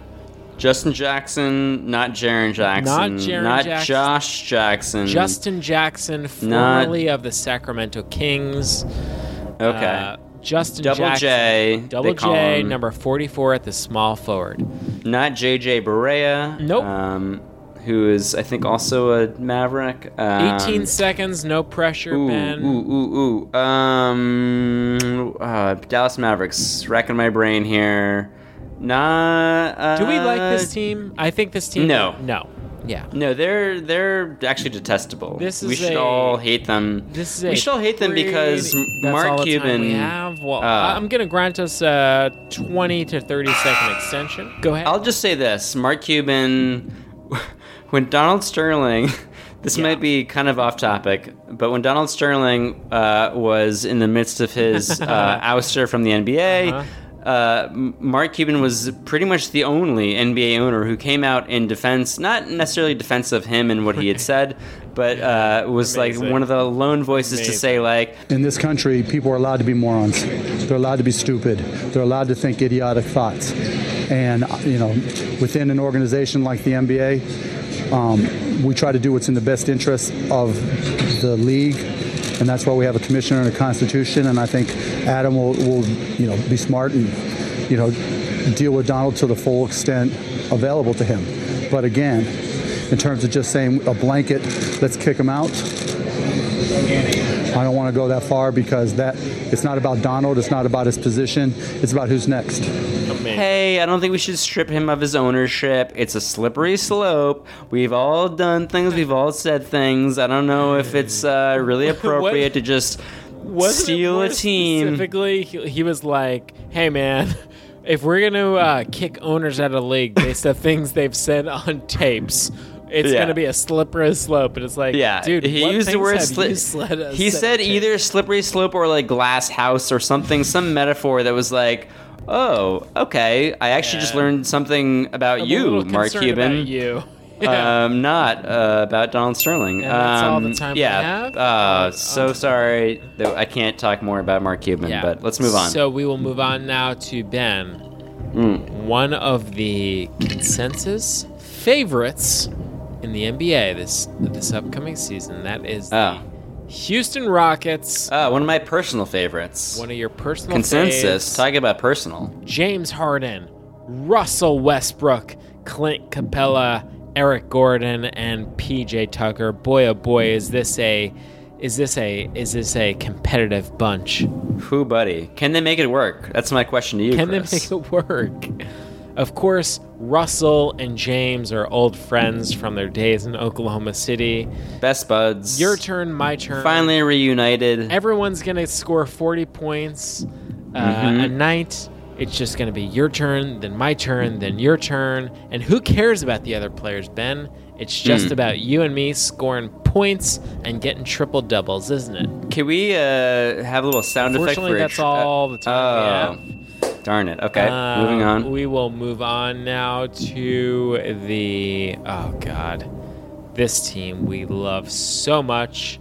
Speaker 3: Justin Jackson, not Jaron Jackson,
Speaker 2: Jaren
Speaker 3: not
Speaker 2: Jackson.
Speaker 3: Josh Jackson.
Speaker 2: Justin Jackson,
Speaker 3: Hmm. Not-
Speaker 2: formerly of the Sacramento Kings.
Speaker 3: okay.
Speaker 2: Uh, Justin
Speaker 3: Double
Speaker 2: Jackson,
Speaker 3: J,
Speaker 2: Double
Speaker 3: they call
Speaker 2: J,
Speaker 3: him.
Speaker 2: number 44 at the small forward.
Speaker 3: Not JJ Barea.
Speaker 2: Nope.
Speaker 3: Um, who is, I think, also a Maverick. Um,
Speaker 2: 18 seconds, no pressure,
Speaker 3: Ooh,
Speaker 2: Ben.
Speaker 3: ooh, ooh, ooh. Um, uh, Dallas Mavericks. Racking my brain here. Nah. Uh,
Speaker 2: Do we like this team? I think this team.
Speaker 3: no.
Speaker 2: No. Yeah.
Speaker 3: No, they're they're actually detestable.
Speaker 2: This
Speaker 3: we
Speaker 2: is
Speaker 3: should
Speaker 2: a-
Speaker 3: all hate them.
Speaker 2: This is
Speaker 3: we
Speaker 2: a
Speaker 3: should all hate them
Speaker 2: pretty-
Speaker 3: because
Speaker 2: That's all
Speaker 3: Mark
Speaker 2: the time
Speaker 3: Cuban.
Speaker 2: we have. Well,
Speaker 3: uh,
Speaker 2: I- I'm going to grant us a 20 to 30 second extension. Go ahead.
Speaker 3: I'll just say this: Mark Cuban, [LAUGHS] when Donald Sterling, [LAUGHS] this
Speaker 2: Yeah.
Speaker 3: might be kind of off topic, but when Donald Sterling uh, was in the midst of
Speaker 2: [LAUGHS]
Speaker 3: his uh, ouster from the NBA. uh
Speaker 2: Uh-huh.
Speaker 3: M- Mark Cuban was pretty much the only NBA owner who came out in defense, not necessarily defense of him and what he
Speaker 2: [LAUGHS]
Speaker 3: had said, but uh, was
Speaker 2: Amazing.
Speaker 3: like one of the lone voices to
Speaker 2: Amazing.
Speaker 3: say, like,
Speaker 1: In this country, people are allowed to be morons. They're allowed to be stupid. They're allowed to think idiotic thoughts. And, you know, within an organization like the NBA, um, we try to do what's in the best interest of the league. And that's why we have a commissioner and a constitution. And I think Adam will, will you know, be smart and, you know, deal with Donald to the full extent available to him. But again, in terms of just saying a blanket, let's kick him out, I don't want to go that far because that it's not about Donald, it's not about his position, it's about who's next.
Speaker 3: hey, I don't think we should strip him of his ownership. It's a slippery slope. We've all done things, we've all said things. I don't know if it's uh,
Speaker 2: [LAUGHS]
Speaker 3: really appropriate to just
Speaker 2: Wasn't it
Speaker 3: steal
Speaker 2: more
Speaker 3: a team.
Speaker 2: Specifically, he, he was like, hey, man. [LAUGHS] If we're gonna uh, kick owners out of the league based on things they've said on tapes, it's
Speaker 3: Yeah.
Speaker 2: gonna be a slippery slope. And it's like,
Speaker 3: Yeah,
Speaker 2: dude,
Speaker 3: He
Speaker 2: what
Speaker 3: used the
Speaker 2: things
Speaker 3: word
Speaker 2: have
Speaker 3: slip.
Speaker 2: you said us
Speaker 3: He
Speaker 2: said
Speaker 3: said
Speaker 2: on tape?
Speaker 3: either slippery slope or like glass house or something, some metaphor that was like, oh, okay, I actually just
Speaker 2: Yeah.
Speaker 3: learned something about
Speaker 2: I'm a
Speaker 3: you,
Speaker 2: little
Speaker 3: Mark
Speaker 2: concerned
Speaker 3: Cuban.
Speaker 2: about you. [LAUGHS]
Speaker 3: Um, not uh, about Donald Sterling.
Speaker 2: And that's all
Speaker 3: Um,
Speaker 2: the time we
Speaker 3: yeah.
Speaker 2: have? Oh,
Speaker 3: Uh, so sorry that I can't talk more about Mark Cuban,
Speaker 2: Yeah.
Speaker 3: but let's move on. Mm.
Speaker 2: So we will move on now to Ben. One of the consensus favorites in the NBA this this upcoming season. That is
Speaker 3: Oh.
Speaker 2: the Houston Rockets.
Speaker 3: Uh, one of my personal favorites.
Speaker 2: one of your personal
Speaker 3: Consensus.
Speaker 2: faves,
Speaker 3: Talk about personal.
Speaker 2: James Harden, Russell Westbrook, Clint Capella, Eric Gordon, and PJ Tucker. Boy, oh boy, is this a is this a is this a competitive bunch?
Speaker 3: Who, buddy? Can they make it work? That's my question to you,
Speaker 2: Can
Speaker 3: Chris.
Speaker 2: they make it work? Of course, Russell and James are old friends from their days in Oklahoma City.
Speaker 3: Best buds.
Speaker 2: Your turn, my turn.
Speaker 3: Finally reunited.
Speaker 2: Everyone's going to score 40 points uh,
Speaker 3: Mm-hmm.
Speaker 2: a night. It's just going to be your turn, then my turn, then your turn. And who cares about the other players, Ben? It's
Speaker 3: Hmm.
Speaker 2: just about you and me scoring points and getting triple doubles, isn't it?
Speaker 3: Can we uh, have a little sound effect
Speaker 2: Unfortunately,
Speaker 3: for it?
Speaker 2: that's all the time. we have.
Speaker 3: oh, darn it. Okay,
Speaker 2: Um,
Speaker 3: moving on.
Speaker 2: We will move on now to the oh god, this team we love so much.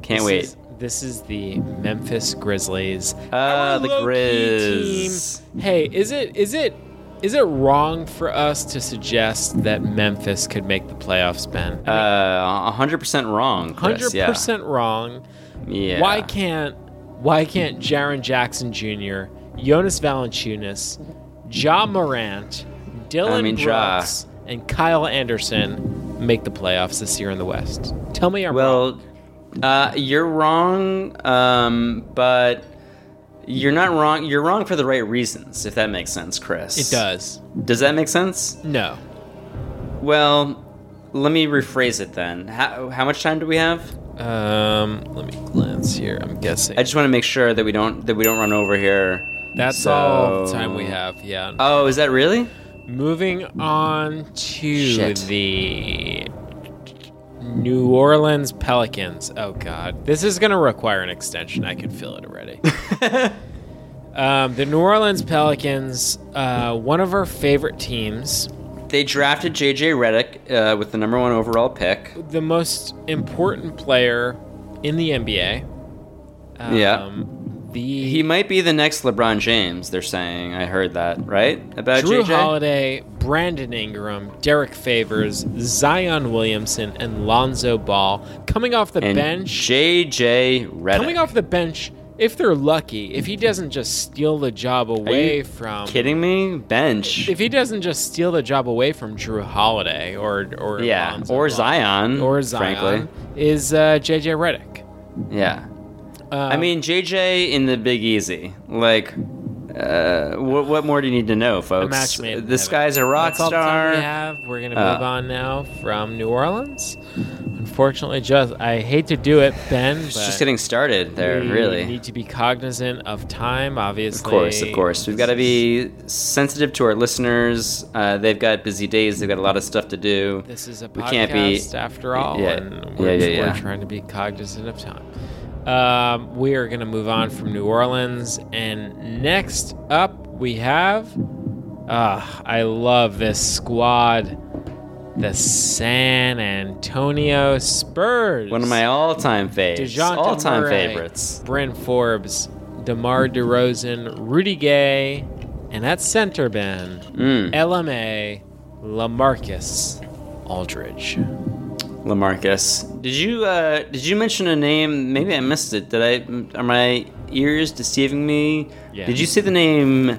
Speaker 3: Can't
Speaker 2: This
Speaker 3: wait.
Speaker 2: is- this is the Memphis Grizzlies.
Speaker 3: Ah,
Speaker 2: Our
Speaker 3: the
Speaker 2: low-key
Speaker 3: Grizz.
Speaker 2: team. Hey, is it is it is it wrong for us to suggest that Memphis could make the playoffs, Ben?
Speaker 3: Uh, 100% wrong, Chris.
Speaker 2: Hundred
Speaker 3: yeah.
Speaker 2: percent wrong.
Speaker 3: Yeah.
Speaker 2: Why can't Why can't Jaron Jackson Jr., Jonas Valanciunas, Ja Morant, Dylan
Speaker 3: I mean, Ja.
Speaker 2: Brooks, and Kyle Anderson make the playoffs this year in the West? Tell me I'm wrong.
Speaker 3: Well, uh, you're wrong, um, but you're not wrong. You're wrong for the right reasons, if that makes sense, Chris.
Speaker 2: It does.
Speaker 3: Does that make sense?
Speaker 2: No.
Speaker 3: Well, let me rephrase it then. How, how much time do we have?
Speaker 2: Um, let me glance here. I'm guessing
Speaker 3: I just want to make sure that we don't that we don't run over here.
Speaker 2: that's
Speaker 3: So-
Speaker 2: all the time we have. Yeah.
Speaker 3: Oh, is that really?
Speaker 2: Moving on to
Speaker 3: Shit.
Speaker 2: the New Orleans Pelicans. Oh God, this is going to require an extension. I can feel it already.
Speaker 3: [LAUGHS]
Speaker 2: um, the New Orleans Pelicans, uh, one of our favorite teams,
Speaker 3: They drafted JJ Redick uh, with the number one overall pick.
Speaker 2: the most important player in the NBA. Um,
Speaker 3: Yeah.
Speaker 2: The
Speaker 3: He might be the next LeBron James. They're saying I heard that right about
Speaker 2: Drew
Speaker 3: JJ.
Speaker 2: Holiday, Brandon Ingram, Derek Favors, Zion Williamson, and Lonzo Ball coming off the
Speaker 3: and
Speaker 2: bench.
Speaker 3: JJ Redick.
Speaker 2: Coming off the bench, if they're lucky, if he doesn't just steal the job away from
Speaker 3: Kidding me? Bench.
Speaker 2: if he doesn't just steal the job away from Drew Holiday or or
Speaker 3: Yeah,
Speaker 2: Lonzo
Speaker 3: or
Speaker 2: Ball,
Speaker 3: Zion.
Speaker 2: or Zion
Speaker 3: Frankly.
Speaker 2: is uh, JJ Redick.
Speaker 3: Yeah.
Speaker 2: Uh,
Speaker 3: I mean, JJ in the Big Easy. Like, uh, what, what more do you need to know, folks?
Speaker 2: match made in
Speaker 3: this
Speaker 2: heaven.
Speaker 3: guy's a rock
Speaker 2: That's all the time we
Speaker 3: star.
Speaker 2: have. We're gonna
Speaker 3: Uh,
Speaker 2: move on now from New Orleans. Unfortunately, just I hate to do it, Ben. But
Speaker 3: It's just getting started there,
Speaker 2: we
Speaker 3: really.
Speaker 2: need to be cognizant of time. Obviously,
Speaker 3: Of course, of course. We've got to be sensitive to our listeners. Uh, they've got busy days. They've got a lot of stuff to do.
Speaker 2: This is a
Speaker 3: We
Speaker 2: podcast
Speaker 3: can't be-
Speaker 2: after all,
Speaker 3: Yeah,
Speaker 2: and we're,
Speaker 3: yeah, yeah,
Speaker 2: we're
Speaker 3: yeah.
Speaker 2: trying to be cognizant of time. Um, we are going to move on from New Orleans, and next up we have. Ah, I love this squad, the San Antonio Spurs.
Speaker 3: One of my all-time faves.
Speaker 2: DeJounte
Speaker 3: All-time
Speaker 2: Murray,
Speaker 3: favorites.
Speaker 2: Bryn Forbes, DeMar DeRozan, Rudy Gay, and at center, Ben,
Speaker 3: Mm.
Speaker 2: LMA, LaMarcus Aldridge.
Speaker 3: Lamarcus, did you uh, did you mention a name? Maybe I missed it. Did I? Are my ears deceiving me?
Speaker 2: Yeah.
Speaker 3: Did you say the name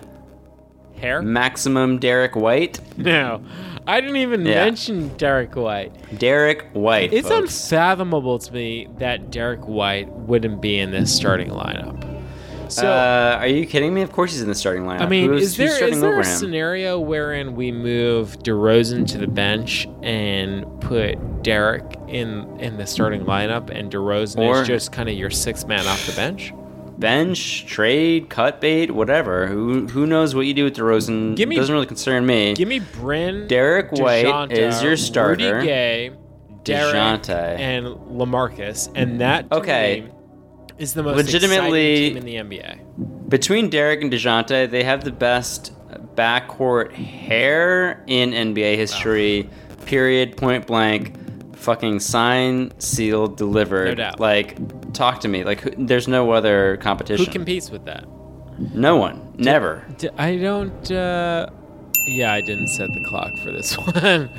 Speaker 3: [LAUGHS]
Speaker 2: Hair?
Speaker 3: Maximum Derek White?
Speaker 2: No. I didn't even
Speaker 3: Yeah.
Speaker 2: mention Derek White.
Speaker 3: Derek White.
Speaker 2: It's
Speaker 3: folks.
Speaker 2: unfathomable to me that Derek White wouldn't be in this starting lineup. So,
Speaker 3: uh, are you kidding me? Of course he's in the starting lineup.
Speaker 2: I mean,
Speaker 3: Uh, Who's-
Speaker 2: is
Speaker 3: who's
Speaker 2: there
Speaker 3: starting
Speaker 2: is there
Speaker 3: over
Speaker 2: a
Speaker 3: him?
Speaker 2: scenario wherein we move DeRozan to the bench and put Derek in in the starting lineup, and DeRozan
Speaker 3: Or-
Speaker 2: is just kind of your sixth man off the bench?
Speaker 3: [LAUGHS] Bench, trade, cut bait, whatever. Who who knows what you do with DeRozan?
Speaker 2: Give me-
Speaker 3: doesn't really concern me.
Speaker 2: Give me Bryn,
Speaker 3: Derek White
Speaker 2: DeJounte,
Speaker 3: is your starter.
Speaker 2: Rudy Gay, Derek,
Speaker 3: DeJounte.
Speaker 2: and LaMarcus, and that to
Speaker 3: Okay.
Speaker 2: me, is the most
Speaker 3: Legitimately-
Speaker 2: exciting team in the NBA.
Speaker 3: Between Derek and Dejounte, they have the best backcourt hair in NBA history. Period. Point blank. Fucking sign, sealed, delivered.
Speaker 2: No doubt.
Speaker 3: Like, talk to me. Like, who, there's no other competition.
Speaker 2: Who competes with that?
Speaker 3: no one. Never.
Speaker 2: D- I don't. Uh, yeah, I didn't set the clock for this [LAUGHS] one.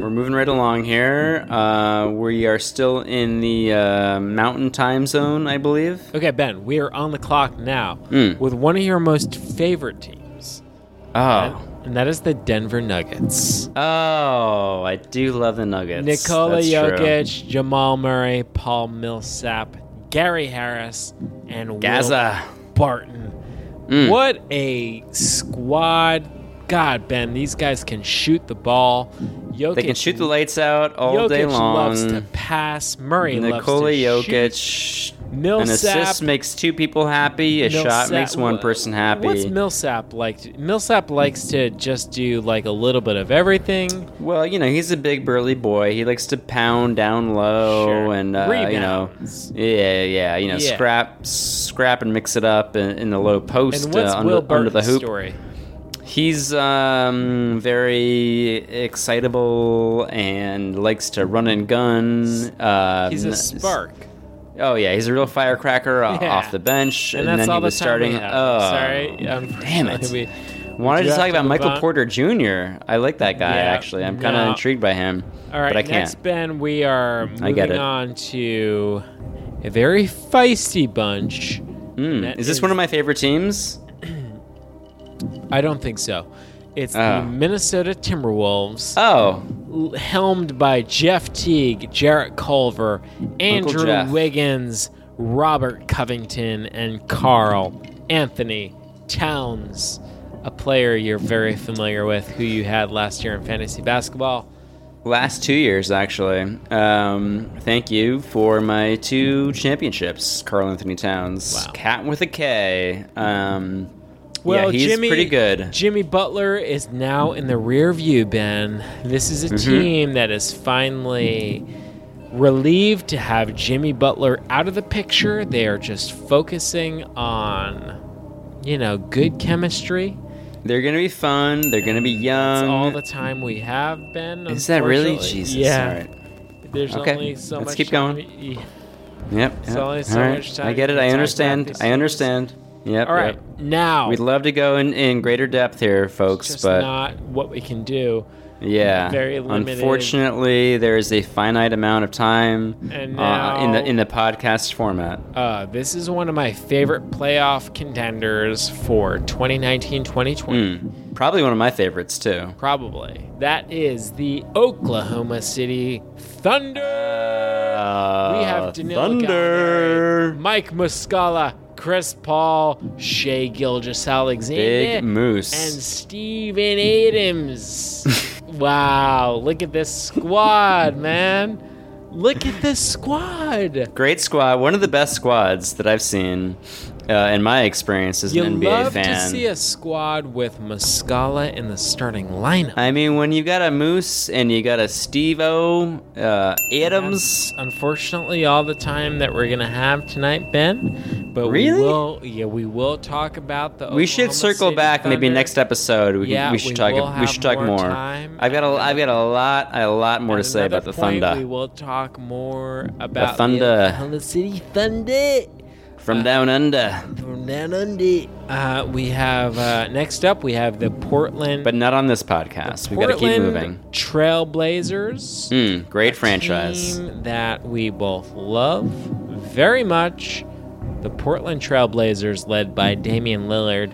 Speaker 3: We're moving right along here. Uh, we are still in the uh, mountain time zone, I believe.
Speaker 2: Okay, Ben, we are on the clock now
Speaker 3: Mm.
Speaker 2: with one of your most favorite teams,
Speaker 3: Oh.
Speaker 2: and that is the Denver Nuggets.
Speaker 3: Oh, I do love the Nuggets.
Speaker 2: Nikola
Speaker 3: That's true.
Speaker 2: Jokic, Jamal Murray, Paul Millsap, Gary Harris, and Will
Speaker 3: Gaza. Hmm.
Speaker 2: Barton. What a squad! God, Ben, these guys can shoot the ball. Jokic,
Speaker 3: They can shoot the lights out all
Speaker 2: Jokic
Speaker 3: day long.
Speaker 2: loves to pass. Murray
Speaker 3: Nikola
Speaker 2: loves to shoot.
Speaker 3: Jokic. An
Speaker 2: Millsap.
Speaker 3: assist makes two people happy. A shot
Speaker 2: Millsap-
Speaker 3: makes one person happy.
Speaker 2: What's Millsap like? to- Millsap likes to just do like a little bit of everything.
Speaker 3: well, you know he's a big burly boy. He likes to pound down low
Speaker 2: Sure.
Speaker 3: and uh, you know,
Speaker 2: Rebounds.
Speaker 3: yeah, yeah, you know,
Speaker 2: Yeah.
Speaker 3: scrap, scrap, and mix it up in, in the low post
Speaker 2: And what's
Speaker 3: uh,
Speaker 2: Will
Speaker 3: under,
Speaker 2: Barton's
Speaker 3: under the hoop.
Speaker 2: story?
Speaker 3: He's um, very excitable and likes to run and gun. Um,
Speaker 2: He's a spark.
Speaker 3: Oh yeah, he's a real firecracker o-
Speaker 2: Yeah.
Speaker 3: off the bench,
Speaker 2: And
Speaker 3: and,
Speaker 2: that's
Speaker 3: then
Speaker 2: all
Speaker 3: he
Speaker 2: the
Speaker 3: was starting.
Speaker 2: Time we have.
Speaker 3: Oh,
Speaker 2: Sorry,
Speaker 3: [LAUGHS]
Speaker 2: [LAUGHS] unfortunately,
Speaker 3: it.
Speaker 2: we-
Speaker 3: Wanted
Speaker 2: Do
Speaker 3: to
Speaker 2: you
Speaker 3: talk
Speaker 2: have to
Speaker 3: about
Speaker 2: move
Speaker 3: Michael
Speaker 2: on?
Speaker 3: Porter Jr. I like that guy
Speaker 2: Yeah,
Speaker 3: actually. I'm kind of
Speaker 2: no.
Speaker 3: intrigued by him,
Speaker 2: All right,
Speaker 3: but I can't.
Speaker 2: next, Ben, we are moving
Speaker 3: I get it.
Speaker 2: on to a very feisty bunch.
Speaker 3: Hmm,
Speaker 2: That
Speaker 3: Is this one
Speaker 2: is-
Speaker 3: of my favorite teams?
Speaker 2: I don't think so. It's
Speaker 3: Oh.
Speaker 2: the Minnesota Timberwolves,
Speaker 3: Oh,
Speaker 2: l- helmed by Jeff Teague, Jarrett Culver, Andrew
Speaker 3: Jeff.
Speaker 2: Wiggins, Robert Covington, and Carl Anthony Towns, a player you're very familiar with who you had last year in fantasy basketball.
Speaker 3: last two years actually. Um, thank you for my two championships, Carl Anthony Towns,
Speaker 2: Wow.
Speaker 3: cat with a K. Um,
Speaker 2: Well,
Speaker 3: yeah, he's
Speaker 2: Jimmy,
Speaker 3: pretty good.
Speaker 2: Jimmy Butler is now in the rear view, Ben. This is a
Speaker 3: Mm-hmm.
Speaker 2: team that is finally relieved to have Jimmy Butler out of the picture. They are just focusing on, you know, good chemistry.
Speaker 3: They're gonna be fun. They're gonna be
Speaker 2: That's
Speaker 3: young.
Speaker 2: all the time we have, Ben.
Speaker 3: Um, Is that really
Speaker 2: unfortunately.
Speaker 3: Jesus?
Speaker 2: Yeah.
Speaker 3: All right.
Speaker 2: There's
Speaker 3: Okay,
Speaker 2: only so
Speaker 3: let's
Speaker 2: much
Speaker 3: keep
Speaker 2: time
Speaker 3: going.
Speaker 2: we-
Speaker 3: Yep. yep.
Speaker 2: only so
Speaker 3: All right.
Speaker 2: much time
Speaker 3: I get
Speaker 2: you
Speaker 3: it.
Speaker 2: can
Speaker 3: I
Speaker 2: talk about
Speaker 3: understand.
Speaker 2: these
Speaker 3: I
Speaker 2: things.
Speaker 3: understand. Yep.
Speaker 2: All right,
Speaker 3: Yep.
Speaker 2: now
Speaker 3: We'd love to go in, in greater depth here, folks,
Speaker 2: just
Speaker 3: but
Speaker 2: not what we can do.
Speaker 3: yeah,
Speaker 2: very limited.
Speaker 3: Unfortunately, there is a finite amount of time
Speaker 2: And
Speaker 3: uh, in
Speaker 2: now-
Speaker 3: the in the podcast format.
Speaker 2: Uh, this is one of my favorite playoff contenders for 2019 2020.
Speaker 3: Mm. Probably one of my favorites too.
Speaker 2: Probably. That is the Oklahoma City Thunder.
Speaker 3: Uh,
Speaker 2: we have Danilo Gallinari,
Speaker 3: Thunder.
Speaker 2: Mike Muscala, Chris Paul, Shea Gilgis Alexander,
Speaker 3: Big
Speaker 2: and
Speaker 3: Moose. [LAUGHS]
Speaker 2: Steven Adams. wow, look at this squad, man. Look at this squad.
Speaker 3: Great squad. One of the best squads that I've seen uh, in my experience as
Speaker 2: You
Speaker 3: an NBA
Speaker 2: love
Speaker 3: fan.
Speaker 2: to see a squad with Muscala in the starting lineup.
Speaker 3: I mean, when you got a Moose and you got a Steve O, uh, Adams.
Speaker 2: That's unfortunately all the time that we're gonna have tonight, Ben. But we
Speaker 3: Really?
Speaker 2: will, yeah, we will talk about Oh, the.
Speaker 3: We should
Speaker 2: Oklahoma
Speaker 3: circle
Speaker 2: City
Speaker 3: back maybe
Speaker 2: Thunder.
Speaker 3: next episode. We, can-
Speaker 2: Yeah,
Speaker 3: we should
Speaker 2: we
Speaker 3: talk.
Speaker 2: will
Speaker 3: we should
Speaker 2: have
Speaker 3: talk
Speaker 2: more
Speaker 3: more.
Speaker 2: time.
Speaker 3: I've got a. I've got a lot. A lot more to
Speaker 2: At
Speaker 3: say about
Speaker 2: another
Speaker 3: the
Speaker 2: point,
Speaker 3: Thunder.
Speaker 2: We will talk more about
Speaker 3: Thunder.
Speaker 2: Oklahoma City Thunder uh,
Speaker 3: From down under,
Speaker 2: from down under. Uh, we have uh, next up. We have the Portland.
Speaker 3: but not on this podcast. We've got to
Speaker 2: Portland
Speaker 3: keep moving.
Speaker 2: Trailblazers.
Speaker 3: Mm, great
Speaker 2: a
Speaker 3: franchise.
Speaker 2: team that we both love very much. The Portland Trailblazers, led by Damian Lillard,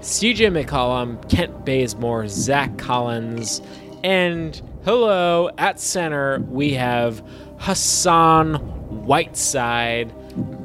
Speaker 2: CJ McCollum, Kent Bazemore, Zach Collins, and hello, at center, we have Hassan Whiteside.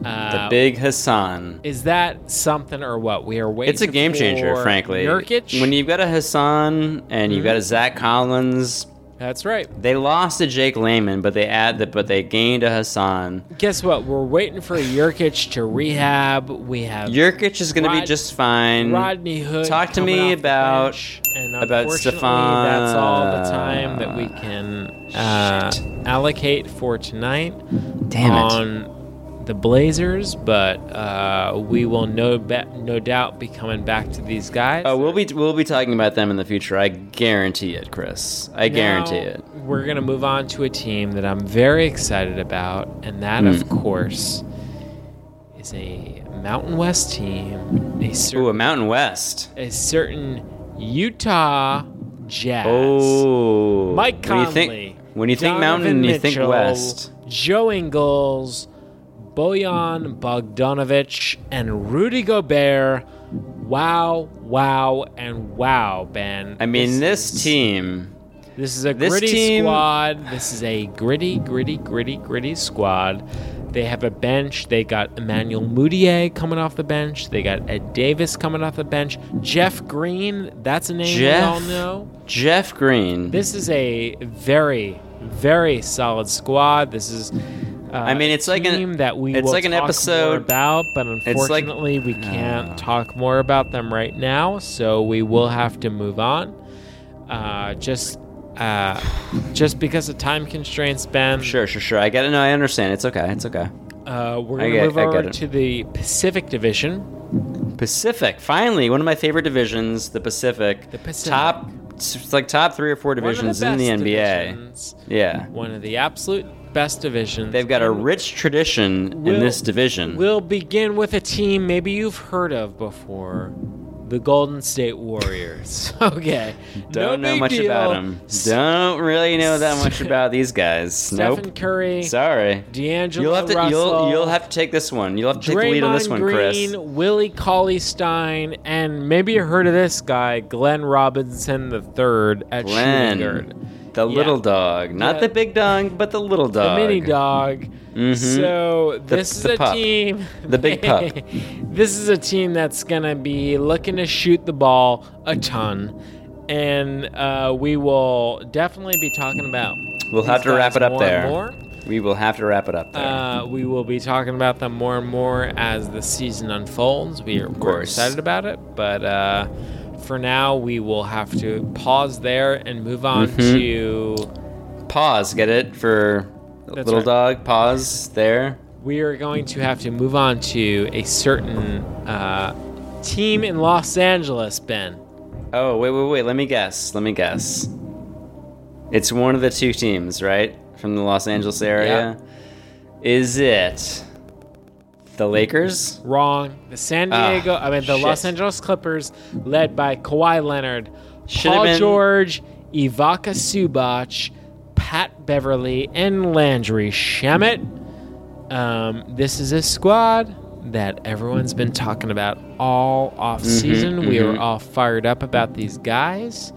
Speaker 3: The
Speaker 2: Uh,
Speaker 3: big Hassan.
Speaker 2: is that something or what? We are waiting.
Speaker 3: It's a game changer,
Speaker 2: for
Speaker 3: frankly.
Speaker 2: Nurkic. Mm-hmm.
Speaker 3: When you've got a Hassan and you've got a Zach Collins,
Speaker 2: That's right.
Speaker 3: they lost to Jake Lehman, but they add that, but they gained a Hassan.
Speaker 2: Guess what? We're waiting for Jurkic to rehab. We have
Speaker 3: Yurkic is going to
Speaker 2: Rod-
Speaker 3: be just fine.
Speaker 2: Rodney Hood.
Speaker 3: Talk to
Speaker 2: coming
Speaker 3: me
Speaker 2: off the
Speaker 3: about-
Speaker 2: bench, and
Speaker 3: about
Speaker 2: unfortunately, That's all the
Speaker 3: Stephon.
Speaker 2: time that we can uh,
Speaker 3: Shit.
Speaker 2: allocate for tonight
Speaker 3: Damn it.
Speaker 2: on the Blazers, but uh, we will no be- no doubt be coming back to these guys.
Speaker 3: Oh, we'll be we'll be talking about them in the future. I guarantee it, Chris. I guarantee
Speaker 2: Now,
Speaker 3: it.
Speaker 2: We're gonna move on to a team that I'm very excited about, and that, of
Speaker 3: Hmm.
Speaker 2: course, is a Mountain West team. A certain
Speaker 3: Ooh, a Mountain West.
Speaker 2: a certain Utah Jazz.
Speaker 3: Oh,
Speaker 2: Mike Conley.
Speaker 3: When you think, when you think
Speaker 2: Donovan
Speaker 3: Mountain, you think
Speaker 2: Mitchell,
Speaker 3: West.
Speaker 2: Joe Ingles, Bojan Bogdanovic, and Rudy Gobert. Wow, wow, and wow, Ben.
Speaker 3: I mean, this,
Speaker 2: is-
Speaker 3: team.
Speaker 2: This is a
Speaker 3: this
Speaker 2: gritty
Speaker 3: team-
Speaker 2: squad. This is a gritty, gritty, gritty, gritty squad. They have a bench. They got Emmanuel Mudiay coming off the bench. They got Ed Davis coming off the bench. Jeff Green, that's a name we all
Speaker 3: Jeff.
Speaker 2: know.
Speaker 3: Jeff Green.
Speaker 2: This is a very, very solid squad. This is. Uh, I
Speaker 3: mean, it's like an-
Speaker 2: team that we
Speaker 3: it's
Speaker 2: will
Speaker 3: like an
Speaker 2: talk more
Speaker 3: episode-
Speaker 2: about, but
Speaker 3: like- Ah.
Speaker 2: unfortunately, we can't talk more about them right now. So we will have to move on. Uh, just, uh, just because of time constraints, Ben.
Speaker 3: Sure, sure, sure. I get it. No, I understand. It's okay. It's okay.
Speaker 2: Uh,
Speaker 3: I
Speaker 2: we're gonna
Speaker 3: get-
Speaker 2: move
Speaker 3: I get
Speaker 2: over
Speaker 3: it.
Speaker 2: to the Pacific Division.
Speaker 3: Pacific. Finally, one of my favorite divisions, the Pacific.
Speaker 2: The Pacific.
Speaker 3: Top, it's like top three or four
Speaker 2: One of
Speaker 3: divisions
Speaker 2: the
Speaker 3: in the
Speaker 2: best
Speaker 3: NBA.
Speaker 2: divisions.
Speaker 3: Yeah,
Speaker 2: One of the absolute best divisions.
Speaker 3: they've got a
Speaker 2: in
Speaker 3: rich tradition
Speaker 2: We'll-
Speaker 3: in this division.
Speaker 2: We'll begin with a team maybe you've heard of before the Golden State Warriors. [LAUGHS] okay.
Speaker 3: Don't
Speaker 2: No
Speaker 3: know
Speaker 2: big
Speaker 3: much
Speaker 2: deal.
Speaker 3: about them. Don't really know that
Speaker 2: [LAUGHS]
Speaker 3: much about these guys.
Speaker 2: Stephen
Speaker 3: nope.
Speaker 2: Curry,
Speaker 3: Sorry.
Speaker 2: D'Angelo
Speaker 3: You'll have to
Speaker 2: Russell,
Speaker 3: you'll you'll have to take this one. You'll have to take the lead on this
Speaker 2: Draymond
Speaker 3: one,
Speaker 2: Green,
Speaker 3: Chris.
Speaker 2: Willie Cauley Stein, and maybe you heard of this guy, Glenn Robinson the third at Schumacher.
Speaker 3: Glenn, the little dog, not
Speaker 2: Yeah.
Speaker 3: the big dog, but the little
Speaker 2: The
Speaker 3: dog. Mm-hmm.
Speaker 2: mini dog. So this is
Speaker 3: the
Speaker 2: a
Speaker 3: pup.
Speaker 2: team.
Speaker 3: The big pup.
Speaker 2: [LAUGHS] this is a team that's gonna be looking to shoot the ball a ton, and uh, we will definitely be talking about.
Speaker 3: We'll have
Speaker 2: these
Speaker 3: to wrap
Speaker 2: guys
Speaker 3: it up
Speaker 2: more and
Speaker 3: there.
Speaker 2: more.
Speaker 3: We will have to wrap it up there.
Speaker 2: Uh, we will be talking about them more and more as the season unfolds. We are we're
Speaker 3: course.
Speaker 2: excited about it, but uh, for now, we will have to pause there and move on
Speaker 3: Mm-hmm.
Speaker 2: to.
Speaker 3: pause. Get it for
Speaker 2: Uh, That's
Speaker 3: little
Speaker 2: right.
Speaker 3: dog. Pause there.
Speaker 2: We are going to have to move on to a certain uh, team in Los Angeles, Ben.
Speaker 3: Oh wait, wait, wait. Let me guess. Let me guess. It's one of the two teams, right, from the Los Angeles area. Is it the Lakers?
Speaker 2: Wrong. The San
Speaker 3: Ah,
Speaker 2: Diego, I mean, the Los
Speaker 3: shit.
Speaker 2: Angeles Clippers, led by Kawhi Leonard,
Speaker 3: Should've
Speaker 2: Paul
Speaker 3: been-
Speaker 2: George, Ivaka Subac, Pat Beverly, and Landry Shamet. Um, this is a squad that everyone's been talking about all
Speaker 3: Mm-hmm,
Speaker 2: off season. we are all fired up about these guys.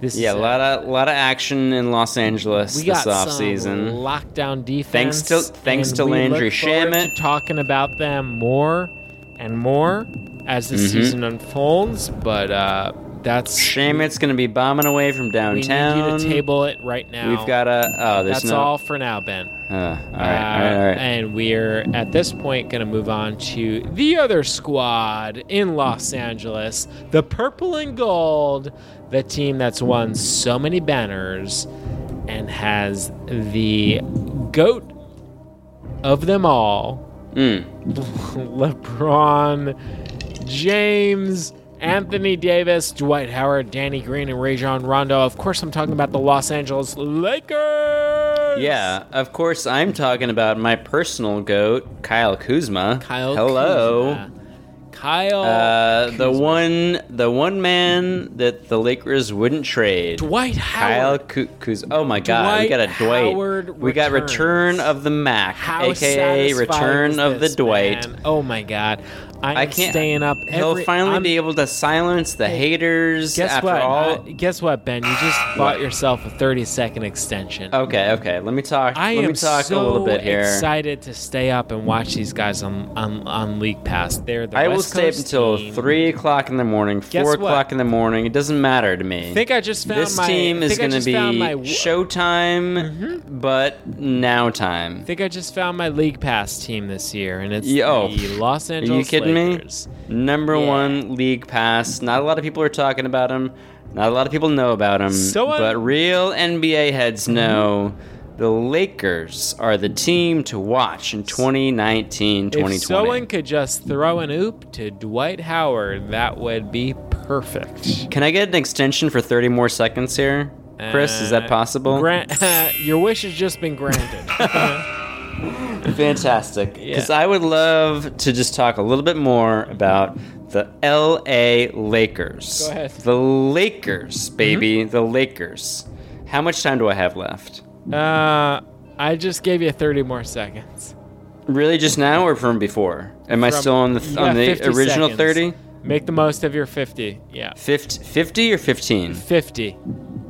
Speaker 2: This
Speaker 3: Yeah, a
Speaker 2: is
Speaker 3: lot of lot of action in Los Angeles
Speaker 2: we
Speaker 3: this
Speaker 2: got
Speaker 3: off
Speaker 2: some
Speaker 3: season.
Speaker 2: lockdown
Speaker 3: Thanks
Speaker 2: defense.
Speaker 3: to- thanks
Speaker 2: and
Speaker 3: to
Speaker 2: we
Speaker 3: Landry
Speaker 2: look forward to
Speaker 3: Shamet.
Speaker 2: talking about them more and more as
Speaker 3: Mm-hmm.
Speaker 2: the season unfolds. But uh, that's
Speaker 3: Shame it's gonna be bombing away from
Speaker 2: we
Speaker 3: downtown.
Speaker 2: need you to table it right now.
Speaker 3: We've got a oh, there's
Speaker 2: that's
Speaker 3: no.
Speaker 2: all for now, Ben.
Speaker 3: Uh, all right, all
Speaker 2: Uh,
Speaker 3: right, all right.
Speaker 2: And we're at this point going to move on to the other squad in Los Angeles, the purple and gold, the team that's won so many banners and has the goat of them all,
Speaker 3: Hmm.
Speaker 2: [LAUGHS] LeBron James. Anthony Davis, Dwight Howard, Danny Green, and Rajon Rondo. Of course, I'm talking about the Los Angeles Lakers.
Speaker 3: Yeah, of course. I'm talking about my personal goat, Kyle Kuzma.
Speaker 2: Kyle.
Speaker 3: Hello.
Speaker 2: Kuzma. Kyle.
Speaker 3: Uh, the one, the one man that the Lakers wouldn't trade.
Speaker 2: Dwight
Speaker 3: Kyle
Speaker 2: Howard.
Speaker 3: Ku- Kuz. Oh my God, we
Speaker 2: Dwight
Speaker 3: got a Dwight.
Speaker 2: Howard
Speaker 3: we got
Speaker 2: returns.
Speaker 3: return of the Mac,
Speaker 2: How
Speaker 3: aka
Speaker 2: satisfying is
Speaker 3: return of
Speaker 2: this,
Speaker 3: the Dwight.
Speaker 2: man? Oh my God. I'm
Speaker 3: I can't
Speaker 2: staying up.
Speaker 3: He'll
Speaker 2: every-
Speaker 3: finally
Speaker 2: I'm-
Speaker 3: be able to silence the haters.
Speaker 2: Guess
Speaker 3: after
Speaker 2: what?
Speaker 3: all.
Speaker 2: Uh, guess what, Ben? You
Speaker 3: [SIGHS]
Speaker 2: just bought yourself a 30 second extension.
Speaker 3: okay, okay. Let me talk.
Speaker 2: I
Speaker 3: let
Speaker 2: am
Speaker 3: me talk a
Speaker 2: so
Speaker 3: little bit here.
Speaker 2: excited to stay up and watch these guys on on, on League Pass. They're the
Speaker 3: I
Speaker 2: West
Speaker 3: will stay up
Speaker 2: Coast
Speaker 3: until
Speaker 2: team.
Speaker 3: three o'clock in the morning,
Speaker 2: Guess
Speaker 3: four
Speaker 2: what?
Speaker 3: o'clock in the morning. It doesn't matter to me.
Speaker 2: I think I just found
Speaker 3: this
Speaker 2: my
Speaker 3: team
Speaker 2: I
Speaker 3: is
Speaker 2: think I
Speaker 3: going to
Speaker 2: just
Speaker 3: be
Speaker 2: found my w-
Speaker 3: showtime, but now time.
Speaker 2: I think I just found my League Pass team this year, and it's
Speaker 3: Yo,
Speaker 2: the Los
Speaker 3: Are you
Speaker 2: Angeles
Speaker 3: kidding
Speaker 2: Lakers.
Speaker 3: me? Number
Speaker 2: Yeah.
Speaker 3: one league pass. Not a lot of people are talking about him. Not a lot of people know about him.
Speaker 2: So, Mm-hmm. uh,
Speaker 3: but real NBA heads know the Lakers are the team to watch in 2019, 2020.
Speaker 2: If someone could just throw an oop to Dwight Howard, that would be perfect.
Speaker 3: Can I get an extension for 30 more seconds here? Chris, is
Speaker 2: Uh,
Speaker 3: that possible?
Speaker 2: Grant, [LAUGHS] your wish has just
Speaker 3: [LAUGHS]
Speaker 2: been granted.
Speaker 3: Fantastic. Because
Speaker 2: Yeah.
Speaker 3: I would love to just talk a little bit more about the LA Lakers.
Speaker 2: Go ahead. Mm-hmm.
Speaker 3: The Lakers, baby. The Lakers. How much time do I have left?
Speaker 2: uh, I just gave you 30 more seconds.
Speaker 3: Really, just now or from before? Am I
Speaker 2: From-
Speaker 3: still on the, th-
Speaker 2: you
Speaker 3: on
Speaker 2: got
Speaker 3: the
Speaker 2: 50
Speaker 3: original
Speaker 2: seconds.
Speaker 3: 30?
Speaker 2: Make the most of your 50. Yeah.
Speaker 3: 50, 50 or 15?
Speaker 2: 50.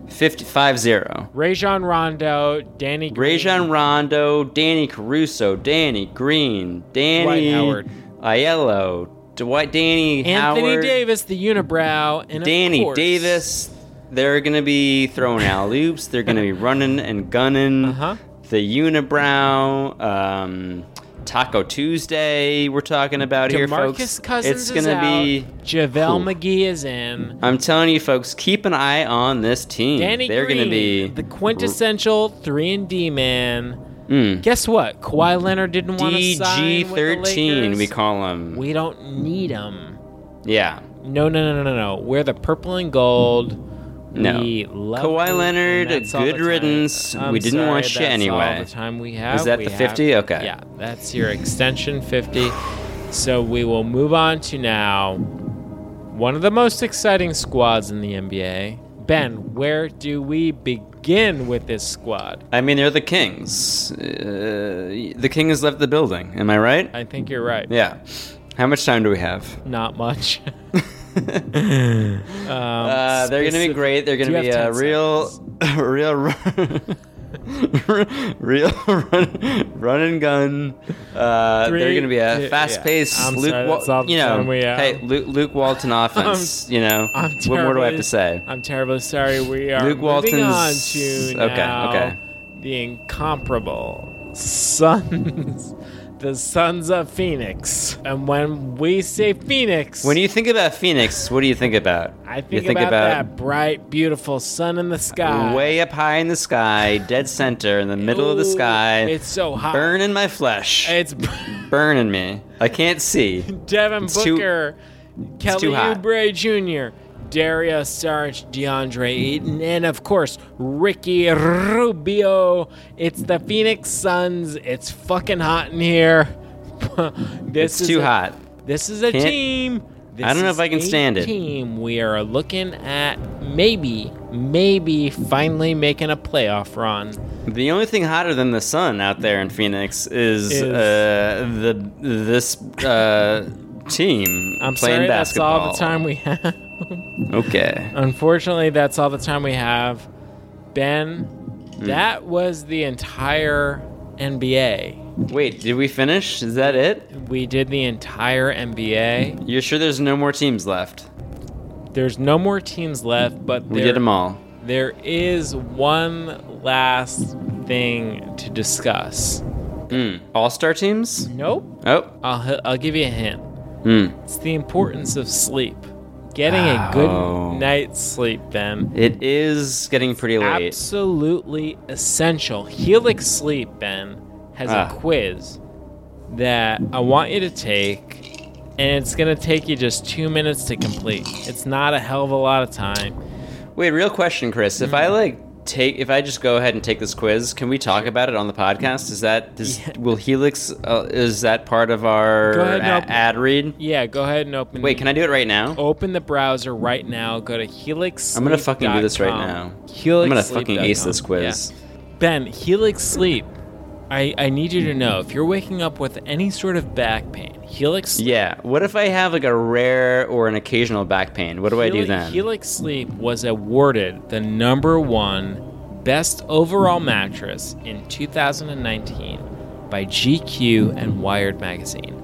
Speaker 3: 50, 5 0.
Speaker 2: Rajon Rondo, Danny Green.
Speaker 3: Rajon Rondo, Danny Caruso, Danny Green, Danny
Speaker 2: Howard.
Speaker 3: Aiello, Dwight, Danny
Speaker 2: Anthony
Speaker 3: Howard,
Speaker 2: Davis, the unibrow, and of
Speaker 3: Danny
Speaker 2: course-
Speaker 3: Davis. They're gonna be throwing
Speaker 2: [LAUGHS]
Speaker 3: out loops. They're gonna be running and gunning.
Speaker 2: Uh-huh.
Speaker 3: The unibrow, um, Taco Tuesday. We're talking about here,
Speaker 2: DeMarcus
Speaker 3: folks.
Speaker 2: Cousins
Speaker 3: it's
Speaker 2: is
Speaker 3: gonna
Speaker 2: out.
Speaker 3: be.
Speaker 2: JaVale
Speaker 3: Whew.
Speaker 2: McGee is in.
Speaker 3: I'm telling you, folks, keep an eye on this team.
Speaker 2: Danny
Speaker 3: They're
Speaker 2: Green,
Speaker 3: gonna be
Speaker 2: the quintessential three and D man.
Speaker 3: mm,
Speaker 2: Guess what? Kawhi Leonard didn't want to sign with the
Speaker 3: DG13.
Speaker 2: Lakers.
Speaker 3: We call him.
Speaker 2: We don't need him.
Speaker 3: yeah.
Speaker 2: No, no, no, no, no, no. We're the purple and gold.
Speaker 3: No.
Speaker 2: We love
Speaker 3: Kawhi
Speaker 2: the- and
Speaker 3: Leonard,
Speaker 2: that's all
Speaker 3: good
Speaker 2: the time.
Speaker 3: riddance.
Speaker 2: I'm
Speaker 3: We didn't
Speaker 2: sorry,
Speaker 3: want shit
Speaker 2: that's
Speaker 3: anyway.
Speaker 2: All the time we have.
Speaker 3: that
Speaker 2: We
Speaker 3: the
Speaker 2: have-
Speaker 3: 50? Okay.
Speaker 2: Yeah, that's your extension 50. So we will move on to now one of the most exciting squads in the NBA. Ben, where do we begin with this squad?
Speaker 3: I mean, they're the Kings. Uh, the King has left the building. Am I right?
Speaker 2: I think you're right.
Speaker 3: yeah. How much time do we have? [LAUGHS]
Speaker 2: Not much. [LAUGHS] um,
Speaker 3: Uh, they're going to be
Speaker 2: specific-
Speaker 3: great. They're going
Speaker 2: Do
Speaker 3: to
Speaker 2: you
Speaker 3: be
Speaker 2: have
Speaker 3: a
Speaker 2: 10
Speaker 3: real, [LAUGHS] real, run, real run, run and gun. Uh, they they're
Speaker 2: Three,
Speaker 3: going to be a
Speaker 2: two-
Speaker 3: fast-paced
Speaker 2: yeah. I'm
Speaker 3: Luke.
Speaker 2: sorry,
Speaker 3: Wa-
Speaker 2: that's all the
Speaker 3: you know,
Speaker 2: time we have.
Speaker 3: hey, Luke, Luke
Speaker 2: [LAUGHS]
Speaker 3: Walton offense. you know,
Speaker 2: I'm
Speaker 3: what more do I
Speaker 2: terribly-
Speaker 3: have to say?
Speaker 2: I'm terribly sorry. We are
Speaker 3: Luke
Speaker 2: moving on
Speaker 3: Walton's-
Speaker 2: to
Speaker 3: okay,
Speaker 2: now
Speaker 3: okay.
Speaker 2: the incomparable Suns, [LAUGHS] the Sons of Phoenix. And when we say Phoenix,
Speaker 3: When you think about Phoenix, what do you think about?
Speaker 2: I think,
Speaker 3: you
Speaker 2: about, that bright, beautiful sun in the sky.
Speaker 3: way up high in the sky, dead center, in the middle of the
Speaker 2: Ooh,
Speaker 3: sky.
Speaker 2: It's so hot.
Speaker 3: burning my flesh,
Speaker 2: It's
Speaker 3: [LAUGHS] burning me. I can't see.
Speaker 2: Devin
Speaker 3: It's too-
Speaker 2: Booker, Kelly
Speaker 3: too hot.
Speaker 2: Oubre Jr., Daria Sarge, DeAndre Ayton, and of course Ricky Rubio. It's the Phoenix Suns. It's fucking hot in here. [LAUGHS] [LAUGHS] this
Speaker 3: It's
Speaker 2: is
Speaker 3: too
Speaker 2: a-
Speaker 3: hot.
Speaker 2: This is a
Speaker 3: Can't-
Speaker 2: team. This
Speaker 3: I don't know
Speaker 2: is
Speaker 3: if I can
Speaker 2: a
Speaker 3: stand it.
Speaker 2: Team we are looking at maybe, maybe finally making a playoff run.
Speaker 3: The only thing hotter than the sun out there in Phoenix is,
Speaker 2: Is-
Speaker 3: Uh, the this uh, team
Speaker 2: I'm
Speaker 3: playing
Speaker 2: sorry,
Speaker 3: basketball.
Speaker 2: that's all the time we have. [LAUGHS]
Speaker 3: Okay.
Speaker 2: Unfortunately, that's all the time we have. Ben,
Speaker 3: Hmm.
Speaker 2: that was the entire NBA.
Speaker 3: Wait, did we finish? Is that it?
Speaker 2: We did the entire NBA.
Speaker 3: You're sure there's no more teams left?
Speaker 2: There's no more teams left, but
Speaker 3: We
Speaker 2: there,
Speaker 3: did them all.
Speaker 2: there is one last thing to discuss.
Speaker 3: Mm. All star teams?
Speaker 2: Nope.
Speaker 3: Oh.
Speaker 2: I'll, I'll give you a hint.
Speaker 3: Mm.
Speaker 2: It's the importance of sleep. Getting a
Speaker 3: Oh.
Speaker 2: good night's sleep, Ben.
Speaker 3: It is getting pretty late.
Speaker 2: absolutely essential. Helix Sleep, Ben, has
Speaker 3: Ah.
Speaker 2: a quiz that I want you to take, and it's going to take you just two minutes to complete. It's not a hell of a lot of time.
Speaker 3: Wait, real question, Chris. If
Speaker 2: Hmm.
Speaker 3: I like take, if I just go ahead and take this quiz, can we talk about it on the podcast? Is that does,
Speaker 2: [LAUGHS] Yeah.
Speaker 3: will Helix? Uh, is that part of our
Speaker 2: Go ahead and
Speaker 3: a-
Speaker 2: open-
Speaker 3: ad read?
Speaker 2: Yeah, go ahead and open.
Speaker 3: Wait, can I do it right now?
Speaker 2: Open the browser right now. Go to helix.
Speaker 3: I'm gonna fucking do this right now.
Speaker 2: Oh,
Speaker 3: I'm gonna fucking ace this quiz.
Speaker 2: Ben, Helix Sleep. I, I need you to know if you're waking up with any sort of back pain, Helix Sleep
Speaker 3: Yeah. What if I have like a rare or an occasional back pain? What do I do
Speaker 2: Heli-
Speaker 3: then?
Speaker 2: Helix Sleep was awarded the number one best overall mattress in 2019 by GQ and Wired magazine.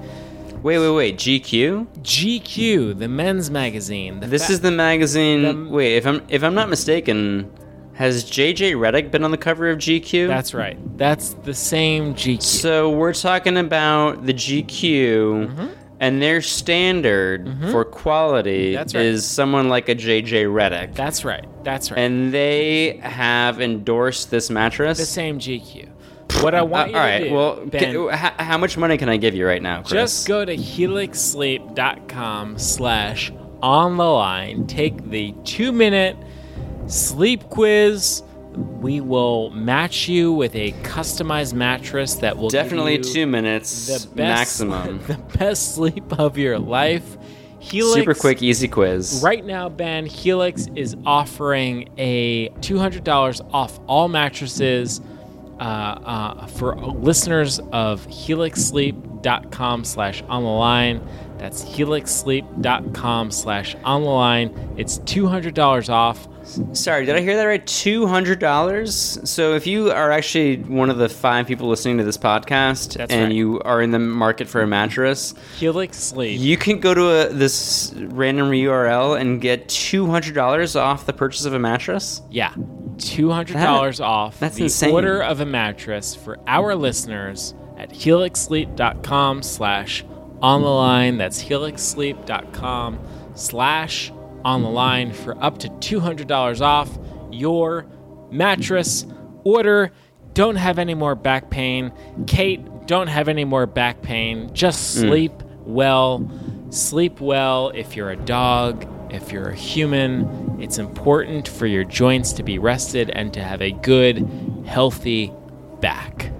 Speaker 3: wait, wait, wait. GQ.
Speaker 2: GQ, the men's magazine. The
Speaker 3: This
Speaker 2: fa-
Speaker 3: is the magazine.
Speaker 2: the-
Speaker 3: wait, if I'm if I'm not mistaken, has JJ Redick been on the cover of GQ?
Speaker 2: That's right. That's the same GQ.
Speaker 3: So we're talking about the GQ
Speaker 2: Mm-hmm.
Speaker 3: and their standard for quality
Speaker 2: That's right.
Speaker 3: is someone like a JJ Redick.
Speaker 2: That's right. That's right.
Speaker 3: and they have endorsed this mattress.
Speaker 2: the same GQ. What I want you
Speaker 3: Uh, all
Speaker 2: to
Speaker 3: right.
Speaker 2: do,
Speaker 3: well,
Speaker 2: Ben,
Speaker 3: ca- h- how much money can I give you right now, Chris?
Speaker 2: Just go to helixsleep.com slash on the line. Take the two minute sleep quiz. We will match you with a customized mattress that will give
Speaker 3: Definitely
Speaker 2: you
Speaker 3: two minutes
Speaker 2: the best,
Speaker 3: maximum.
Speaker 2: [LAUGHS] the best sleep of your life. Helix,
Speaker 3: Super quick, easy quiz.
Speaker 2: Right now, Ben, Helix is offering a $200 off all mattresses uh, uh, for listeners of helixsleep.com slash on the line. That's helixsleep.com slash on the line. It's $200 off.
Speaker 3: Sorry, did I hear that right? Two hundred dollars. So if you are actually one of the five people listening to this podcast
Speaker 2: That's
Speaker 3: and
Speaker 2: right.
Speaker 3: you are in the market for a mattress,
Speaker 2: Helix Sleep.
Speaker 3: You can go to a, this random URL and get two hundred dollars off the purchase of a mattress.
Speaker 2: Yeah, $200 off
Speaker 3: that's
Speaker 2: the
Speaker 3: insane.
Speaker 2: order of a mattress for our listeners at helixsleep.com slash on the line. That's helixsleep.com slash on the line for up to $200 off your mattress order. Don't have any more back pain. Kate, don't have any more back pain. Just
Speaker 3: Mm.
Speaker 2: sleep well. Sleep well if you're a dog, if you're a human. It's important for your joints to be rested and to have a good, healthy back.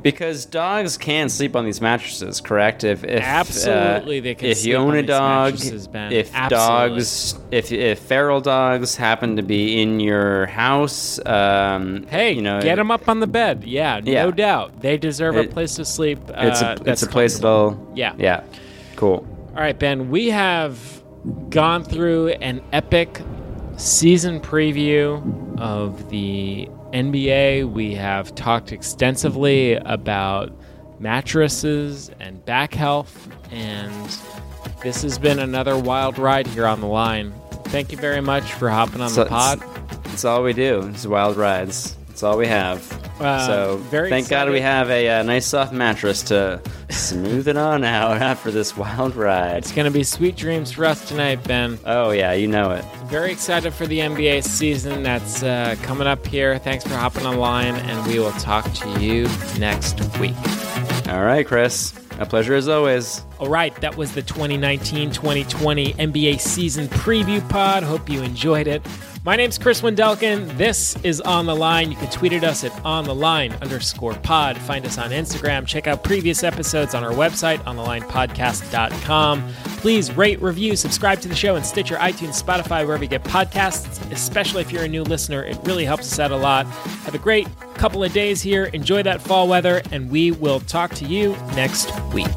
Speaker 3: Because dogs can sleep on these mattresses, correct? If, if uh,
Speaker 2: Absolutely, they can
Speaker 3: If
Speaker 2: sleep
Speaker 3: you own
Speaker 2: on
Speaker 3: a
Speaker 2: these
Speaker 3: dog,
Speaker 2: mattresses, Ben.
Speaker 3: if
Speaker 2: Absolutely.
Speaker 3: dogs, if if feral dogs happen to be in your house, um,
Speaker 2: Hey,
Speaker 3: you know,
Speaker 2: get them up on the bed. Yeah,
Speaker 3: Yeah.
Speaker 2: no doubt. They deserve a
Speaker 3: It-
Speaker 2: place to sleep.
Speaker 3: It's
Speaker 2: uh,
Speaker 3: a it's
Speaker 2: that's
Speaker 3: a place that'll
Speaker 2: Yeah.
Speaker 3: yeah, cool.
Speaker 2: All right, Ben, we have gone through an epic season preview of the NBA. We have talked extensively about mattresses and back health, and this has been another wild ride here on the line. Thank you very much for hopping on
Speaker 3: So
Speaker 2: the pod.
Speaker 3: It's, it's all we do. It's wild rides. It's all we have.
Speaker 2: Uh,
Speaker 3: so
Speaker 2: very
Speaker 3: thank God we
Speaker 2: excited.
Speaker 3: have a, uh nice soft mattress to smooth it on out [LAUGHS] after this wild ride.
Speaker 2: It's going to be sweet dreams for us tonight, Ben.
Speaker 3: Oh yeah, you know it.
Speaker 2: Very excited for the NBA season that's uh, coming up here. Thanks for hopping online, and we will talk to you next week.
Speaker 3: All right, Chris. A pleasure as always.
Speaker 2: All right, that was the 2019 2020 NBA season preview pod. Hope you enjoyed it. My name's Chris Wendelkin. This is On the Line. You can tweet at us at On the Line underscore pod. Find us on Instagram. Check out previous episodes on our website, onthelinepodcast.com. Please rate, review, subscribe to the show, and Stitcher, iTunes, Spotify, wherever you get podcasts, especially if you're a new listener. It really helps us out a lot. Have a great couple of days here. Enjoy that fall weather, and we will talk to you next week.